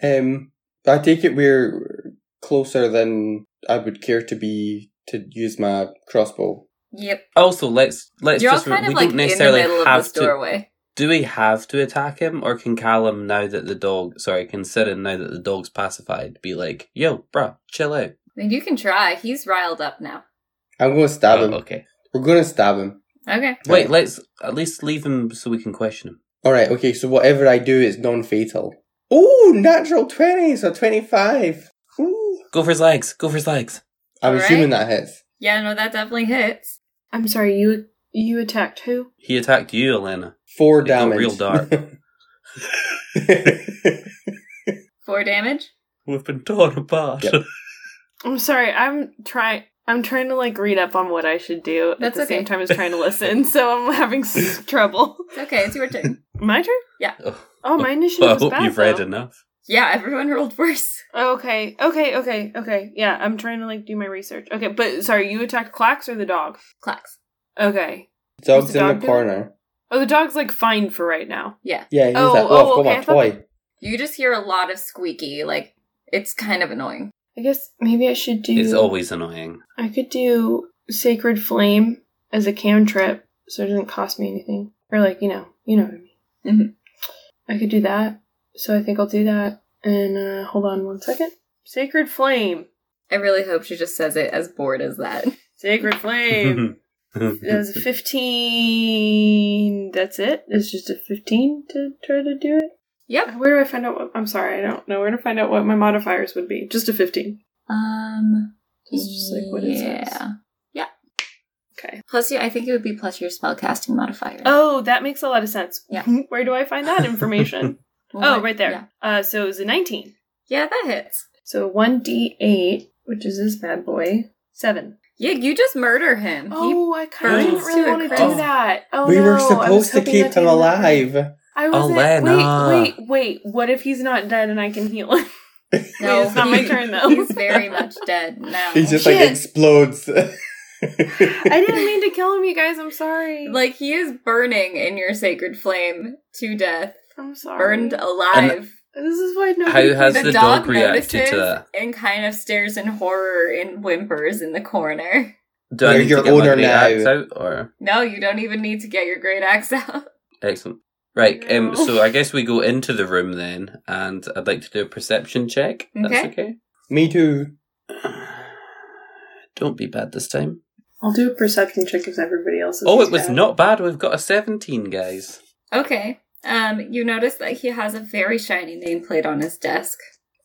[SPEAKER 3] in?
[SPEAKER 7] Um, I take it we're closer than I would care to be to use my crossbow.
[SPEAKER 3] Yep.
[SPEAKER 6] Also, let's let's
[SPEAKER 3] you're all
[SPEAKER 6] just
[SPEAKER 3] kind of
[SPEAKER 6] we
[SPEAKER 3] like
[SPEAKER 6] don't
[SPEAKER 3] in the
[SPEAKER 6] necessarily
[SPEAKER 3] middle of
[SPEAKER 6] have
[SPEAKER 3] this
[SPEAKER 6] to.
[SPEAKER 3] doorway.
[SPEAKER 6] Do we have to attack him, or can Callum now that the dog? Sorry, can Siren now that the dog's pacified be like, "Yo, bruh, chill out."
[SPEAKER 3] I mean, you can try. He's riled up now.
[SPEAKER 7] I'm gonna stab
[SPEAKER 6] Oh,
[SPEAKER 7] him.
[SPEAKER 6] okay.
[SPEAKER 7] We're gonna stab him.
[SPEAKER 3] Okay.
[SPEAKER 6] Wait, let's at least leave him so we can question him.
[SPEAKER 7] All right. Okay. So whatever I do is non-fatal. Ooh, natural twenty, so twenty-five. Ooh.
[SPEAKER 6] Go for his legs. Go for his legs.
[SPEAKER 7] I'm
[SPEAKER 3] All
[SPEAKER 7] assuming that hits.
[SPEAKER 3] Yeah, no, that definitely hits.
[SPEAKER 2] I'm sorry. You you attacked who?
[SPEAKER 6] He attacked you, Elena.
[SPEAKER 7] Four
[SPEAKER 6] It got
[SPEAKER 7] damage.
[SPEAKER 6] real dark.
[SPEAKER 3] Four damage.
[SPEAKER 6] We've been torn apart. [LAUGHS]
[SPEAKER 7] Yep.
[SPEAKER 2] I'm sorry. I'm trying. I'm trying to like read up on what I should do at
[SPEAKER 3] That's
[SPEAKER 2] the
[SPEAKER 3] okay.
[SPEAKER 2] same time as trying to listen, [LAUGHS] so I'm having
[SPEAKER 6] [LAUGHS]
[SPEAKER 2] s- trouble.
[SPEAKER 3] It's okay. It's your turn.
[SPEAKER 2] My turn?
[SPEAKER 6] Oh,
[SPEAKER 2] Oh, my initiative
[SPEAKER 6] well, I
[SPEAKER 2] is
[SPEAKER 6] hope
[SPEAKER 2] bad.
[SPEAKER 6] you've read
[SPEAKER 2] though.
[SPEAKER 6] enough.
[SPEAKER 3] yeah, everyone rolled worse.
[SPEAKER 2] Okay, okay, okay, okay. Yeah, I'm trying to like do my research. Okay, but sorry, you attacked Clax or the dog?
[SPEAKER 3] Clax.
[SPEAKER 2] Okay.
[SPEAKER 7] [LAUGHS] Dog's
[SPEAKER 2] the
[SPEAKER 7] in
[SPEAKER 2] dog
[SPEAKER 7] the
[SPEAKER 2] doing?
[SPEAKER 7] corner.
[SPEAKER 2] Oh, the dog's like fine for right now.
[SPEAKER 7] Yeah, he's
[SPEAKER 2] Oh,
[SPEAKER 7] at oh,
[SPEAKER 2] oh,
[SPEAKER 7] I've got
[SPEAKER 2] okay,
[SPEAKER 7] my
[SPEAKER 2] I thought-
[SPEAKER 7] toy.
[SPEAKER 3] You just hear a lot of squeaky. Like, it's kind of annoying.
[SPEAKER 2] I guess maybe I should do.
[SPEAKER 6] It's always annoying.
[SPEAKER 2] I could do Sacred Flame as a cantrip, so it doesn't cost me anything. Or like you know, you know what I mean.
[SPEAKER 3] Mhm.
[SPEAKER 2] I could do that. So I think I'll do that. And uh, hold on one second. Sacred Flame.
[SPEAKER 3] I really hope she just says it as bored as that.
[SPEAKER 2] Sacred Flame.
[SPEAKER 3] [LAUGHS]
[SPEAKER 6] [LAUGHS]
[SPEAKER 2] That's a 15. That's it? It's just a 15 to try to do it?
[SPEAKER 3] Yep.
[SPEAKER 2] Where do I find out what. I'm sorry, I don't know where to find out what my modifiers would be. Just a 15.
[SPEAKER 3] Um.
[SPEAKER 2] It's just like what it says.
[SPEAKER 3] yeah.
[SPEAKER 2] Okay.
[SPEAKER 3] Plus, you, I think it would be plus your spellcasting modifier.
[SPEAKER 2] Oh, that makes a lot of sense.
[SPEAKER 3] Yeah.
[SPEAKER 2] [LAUGHS] where do I find
[SPEAKER 3] [LAUGHS]
[SPEAKER 2] that information?
[SPEAKER 3] Well,
[SPEAKER 2] oh, right there.
[SPEAKER 3] Yeah.
[SPEAKER 2] Uh, so it was a 19.
[SPEAKER 3] Yeah, that hits.
[SPEAKER 2] So 1d8, which is this bad boy, 7.
[SPEAKER 3] Yeah, you just murder him. [LAUGHS]
[SPEAKER 2] Oh, I
[SPEAKER 6] burns
[SPEAKER 2] kind of didn't
[SPEAKER 3] to
[SPEAKER 2] really
[SPEAKER 3] a
[SPEAKER 2] want to
[SPEAKER 3] crisp.
[SPEAKER 2] do that. Oh,
[SPEAKER 7] we
[SPEAKER 2] no, I
[SPEAKER 7] were
[SPEAKER 2] was
[SPEAKER 7] supposed to
[SPEAKER 2] hoping
[SPEAKER 7] keep
[SPEAKER 2] that they
[SPEAKER 7] him
[SPEAKER 2] didn't-
[SPEAKER 7] alive.
[SPEAKER 2] I
[SPEAKER 6] Oh,
[SPEAKER 2] wasn't.
[SPEAKER 6] Elena.
[SPEAKER 2] Wait, wait, wait. What if he's not dead and I can heal [LAUGHS] him?
[SPEAKER 3] He,
[SPEAKER 2] Wait, it's not my turn, though.
[SPEAKER 3] He's very much dead now.
[SPEAKER 7] He just
[SPEAKER 2] Shit.
[SPEAKER 7] like explodes. [LAUGHS]
[SPEAKER 2] I didn't mean to kill him, you guys. I'm sorry.
[SPEAKER 3] like he is burning in your sacred flame to death,
[SPEAKER 2] I'm sorry.
[SPEAKER 3] burned alive.
[SPEAKER 2] This is why
[SPEAKER 6] How
[SPEAKER 2] nobody.
[SPEAKER 6] has
[SPEAKER 2] keeps-
[SPEAKER 6] the, dog, reacted to that?
[SPEAKER 3] and kind of stares in horror and whimpers in the corner. [LAUGHS]
[SPEAKER 6] Do I
[SPEAKER 7] You're
[SPEAKER 6] need to
[SPEAKER 7] your
[SPEAKER 6] get my
[SPEAKER 7] owner
[SPEAKER 6] great
[SPEAKER 7] now.
[SPEAKER 6] axe out or
[SPEAKER 3] No, you don't even need to get your great axe out.
[SPEAKER 6] excellent? Right. Um.
[SPEAKER 2] No.
[SPEAKER 6] So I guess we go into the room then, and I'd like to do a perception check. That's okay.
[SPEAKER 7] Me too.
[SPEAKER 6] Don't be bad this time.
[SPEAKER 2] I'll do a perception check if everybody else. Is
[SPEAKER 6] Oh, it was
[SPEAKER 2] bad.
[SPEAKER 6] not bad. We've got a seventeen, guys. [LAUGHS]
[SPEAKER 3] Okay. Um, you notice that he has a very shiny nameplate on his desk.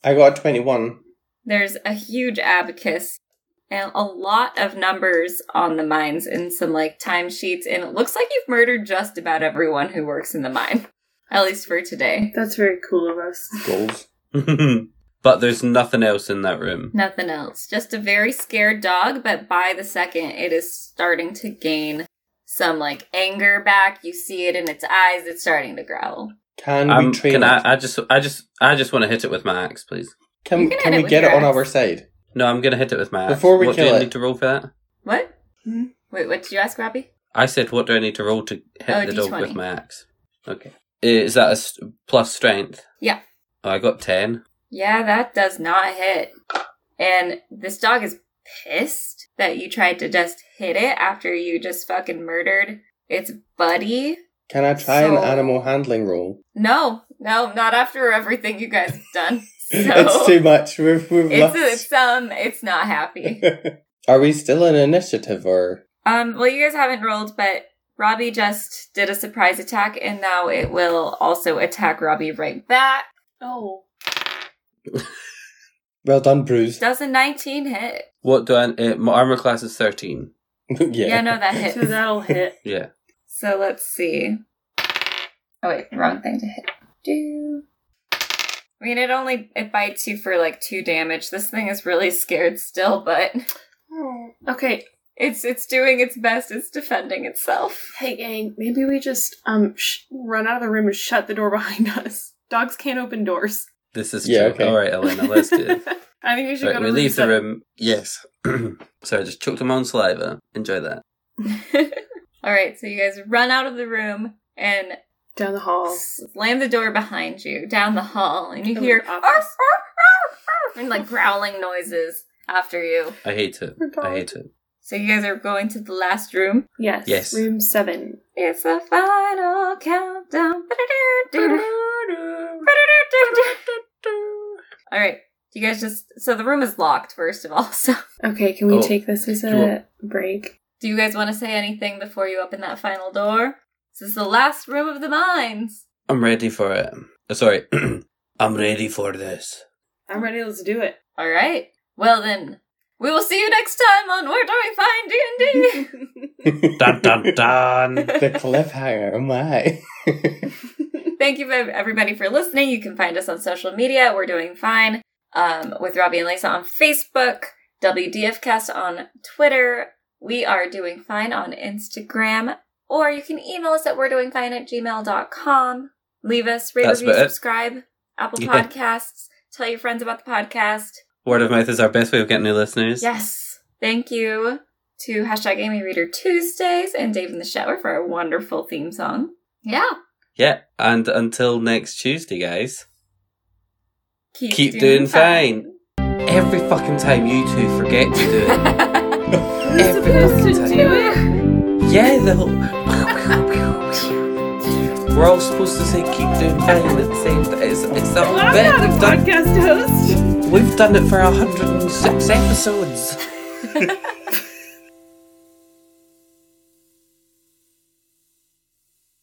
[SPEAKER 7] I got a 21.
[SPEAKER 3] There's a huge abacus and a lot of numbers on the mines and some like timesheets. And it looks like you've murdered just about everyone who works in the mine, [LAUGHS] at least for today.
[SPEAKER 2] That's very cool of us.
[SPEAKER 7] Goals.
[SPEAKER 6] but there's nothing else in that room.
[SPEAKER 3] Nothing else. Just a very scared dog, but by the second, it is starting to gain some like anger back. You see it in its eyes, it's starting to growl.
[SPEAKER 7] Can
[SPEAKER 6] Um,
[SPEAKER 7] we train
[SPEAKER 6] can
[SPEAKER 7] it?
[SPEAKER 6] I? I just, I just, I just want to hit it with my axe, please.
[SPEAKER 7] Can,
[SPEAKER 3] You can hit
[SPEAKER 7] can,
[SPEAKER 3] it
[SPEAKER 7] we
[SPEAKER 3] with
[SPEAKER 7] get
[SPEAKER 3] your
[SPEAKER 7] it on
[SPEAKER 3] axe.
[SPEAKER 7] our side?
[SPEAKER 6] No, I'm gonna hit it with my axe.
[SPEAKER 7] Before we
[SPEAKER 6] what
[SPEAKER 7] kill
[SPEAKER 6] do I
[SPEAKER 7] it.
[SPEAKER 6] need to roll for that?
[SPEAKER 3] What?
[SPEAKER 2] Hmm?
[SPEAKER 3] Wait, what did you ask, Robbie?
[SPEAKER 6] I said, what do I need to roll to hit
[SPEAKER 3] Oh,
[SPEAKER 6] the
[SPEAKER 3] D20.
[SPEAKER 6] dog with my axe? Okay. Is that a s- plus strength?
[SPEAKER 3] Yeah.
[SPEAKER 6] Oh, I got 10.
[SPEAKER 3] Yeah, that does not hit. And this dog is pissed that you tried to just hit it after you just fucking murdered its buddy.
[SPEAKER 7] Can I try
[SPEAKER 3] So-
[SPEAKER 7] an animal handling [LAUGHS] roll?
[SPEAKER 3] No, no, not after everything you guys have done. So
[SPEAKER 7] It's too much. [LAUGHS] We've, we've
[SPEAKER 3] it's,
[SPEAKER 7] lost.
[SPEAKER 3] it's um it's not
[SPEAKER 7] [LAUGHS]
[SPEAKER 3] happy.
[SPEAKER 7] Are we still in initiative or?
[SPEAKER 3] Um, well, you guys haven't rolled, but Robbie just did a surprise attack, and now it will also attack Robbie right back.
[SPEAKER 2] Oh.
[SPEAKER 7] Well done, Bruce. [LAUGHS]
[SPEAKER 3] Does a 19 hit?
[SPEAKER 6] What do I. Uh, my armor class is 13.
[SPEAKER 7] yeah.
[SPEAKER 3] Yeah, no, that
[SPEAKER 2] So
[SPEAKER 3] hits.
[SPEAKER 2] [LAUGHS] that'll hit.
[SPEAKER 6] Yeah.
[SPEAKER 3] so let's see. Oh, wait, wrong thing to hit. Do. I mean, it only it bites you for like two damage. This thing is really scared still, but
[SPEAKER 2] Okay,
[SPEAKER 3] it's it's doing its best. It's defending itself. [LAUGHS]
[SPEAKER 2] hey gang, maybe we just um sh- run out of the room and shut the door behind [LAUGHS] us. Dogs can't open doors.
[SPEAKER 6] This is
[SPEAKER 7] Yeah,
[SPEAKER 6] true.
[SPEAKER 7] okay.
[SPEAKER 6] All right, Elena, let's
[SPEAKER 2] [LAUGHS]
[SPEAKER 6] do it.
[SPEAKER 2] I think we should
[SPEAKER 6] Right,
[SPEAKER 2] go to
[SPEAKER 6] we leave the
[SPEAKER 2] seven.
[SPEAKER 6] room. Yes. [CLEARS THROAT] Sorry, I just choked on my own saliva. Enjoy that.
[SPEAKER 3] All right, so you guys run out of the room and
[SPEAKER 2] down the hall.
[SPEAKER 3] slam the door behind you down the hall and you
[SPEAKER 2] It
[SPEAKER 3] hear
[SPEAKER 2] was
[SPEAKER 3] "Arf,
[SPEAKER 2] obvious.
[SPEAKER 3] arf, arf, arf," and like growling noises after you
[SPEAKER 6] I hate it. I hate it.
[SPEAKER 3] so you guys are going to the last room
[SPEAKER 2] Yes.
[SPEAKER 6] Yes.
[SPEAKER 2] Room seven.
[SPEAKER 3] it's the final countdown all right you guys just so the room is locked first of all [LAUGHS] so
[SPEAKER 2] Okay, can we
[SPEAKER 6] Oh.
[SPEAKER 2] take this as
[SPEAKER 6] Do you
[SPEAKER 2] a
[SPEAKER 6] want-
[SPEAKER 2] break?
[SPEAKER 3] do you guys want to say anything before you open that final door this is the last room of the mines
[SPEAKER 6] I'm ready for it. Oh, sorry. [CLEARS THROAT] I'm ready for this.
[SPEAKER 2] I'm ready. Let's
[SPEAKER 6] [LAUGHS]
[SPEAKER 2] do [LAUGHS] it.
[SPEAKER 3] all right well then we will see you next time on where do we find d&d
[SPEAKER 6] Dun dun
[SPEAKER 7] [LAUGHS]
[SPEAKER 6] dun.
[SPEAKER 7] the cliffhanger. Oh my. [LAUGHS]
[SPEAKER 3] Thank you, ev- everybody, for listening. You can find us on social media. We're doing fine um, with Robbie and Lisa on Facebook, WDFcast on Twitter. We are doing fine on Instagram. Or you can email us at we're doing fine at gmail.com. Leave us, rate,
[SPEAKER 6] That's
[SPEAKER 3] review,
[SPEAKER 6] about it.
[SPEAKER 3] subscribe, Apple
[SPEAKER 6] Yeah.
[SPEAKER 3] Podcasts. Tell your friends about the podcast.
[SPEAKER 6] Word of mouth is our best way of getting new listeners.
[SPEAKER 3] Yes. Thank you to hashtag Amy Reader Tuesdays and Dave in the Shower for our wonderful theme song. Yeah.
[SPEAKER 6] Yeah, and until next Tuesday, guys.
[SPEAKER 3] Keep,
[SPEAKER 6] Keep doing fine. Every fucking time you two forget to do it.
[SPEAKER 3] fine.
[SPEAKER 6] Every fucking time. Yeah, the whole. We're all supposed to say keep doing fine at the same time. It's, it's that bit we've done.
[SPEAKER 2] podcast host.
[SPEAKER 6] We've done it for 106 episodes.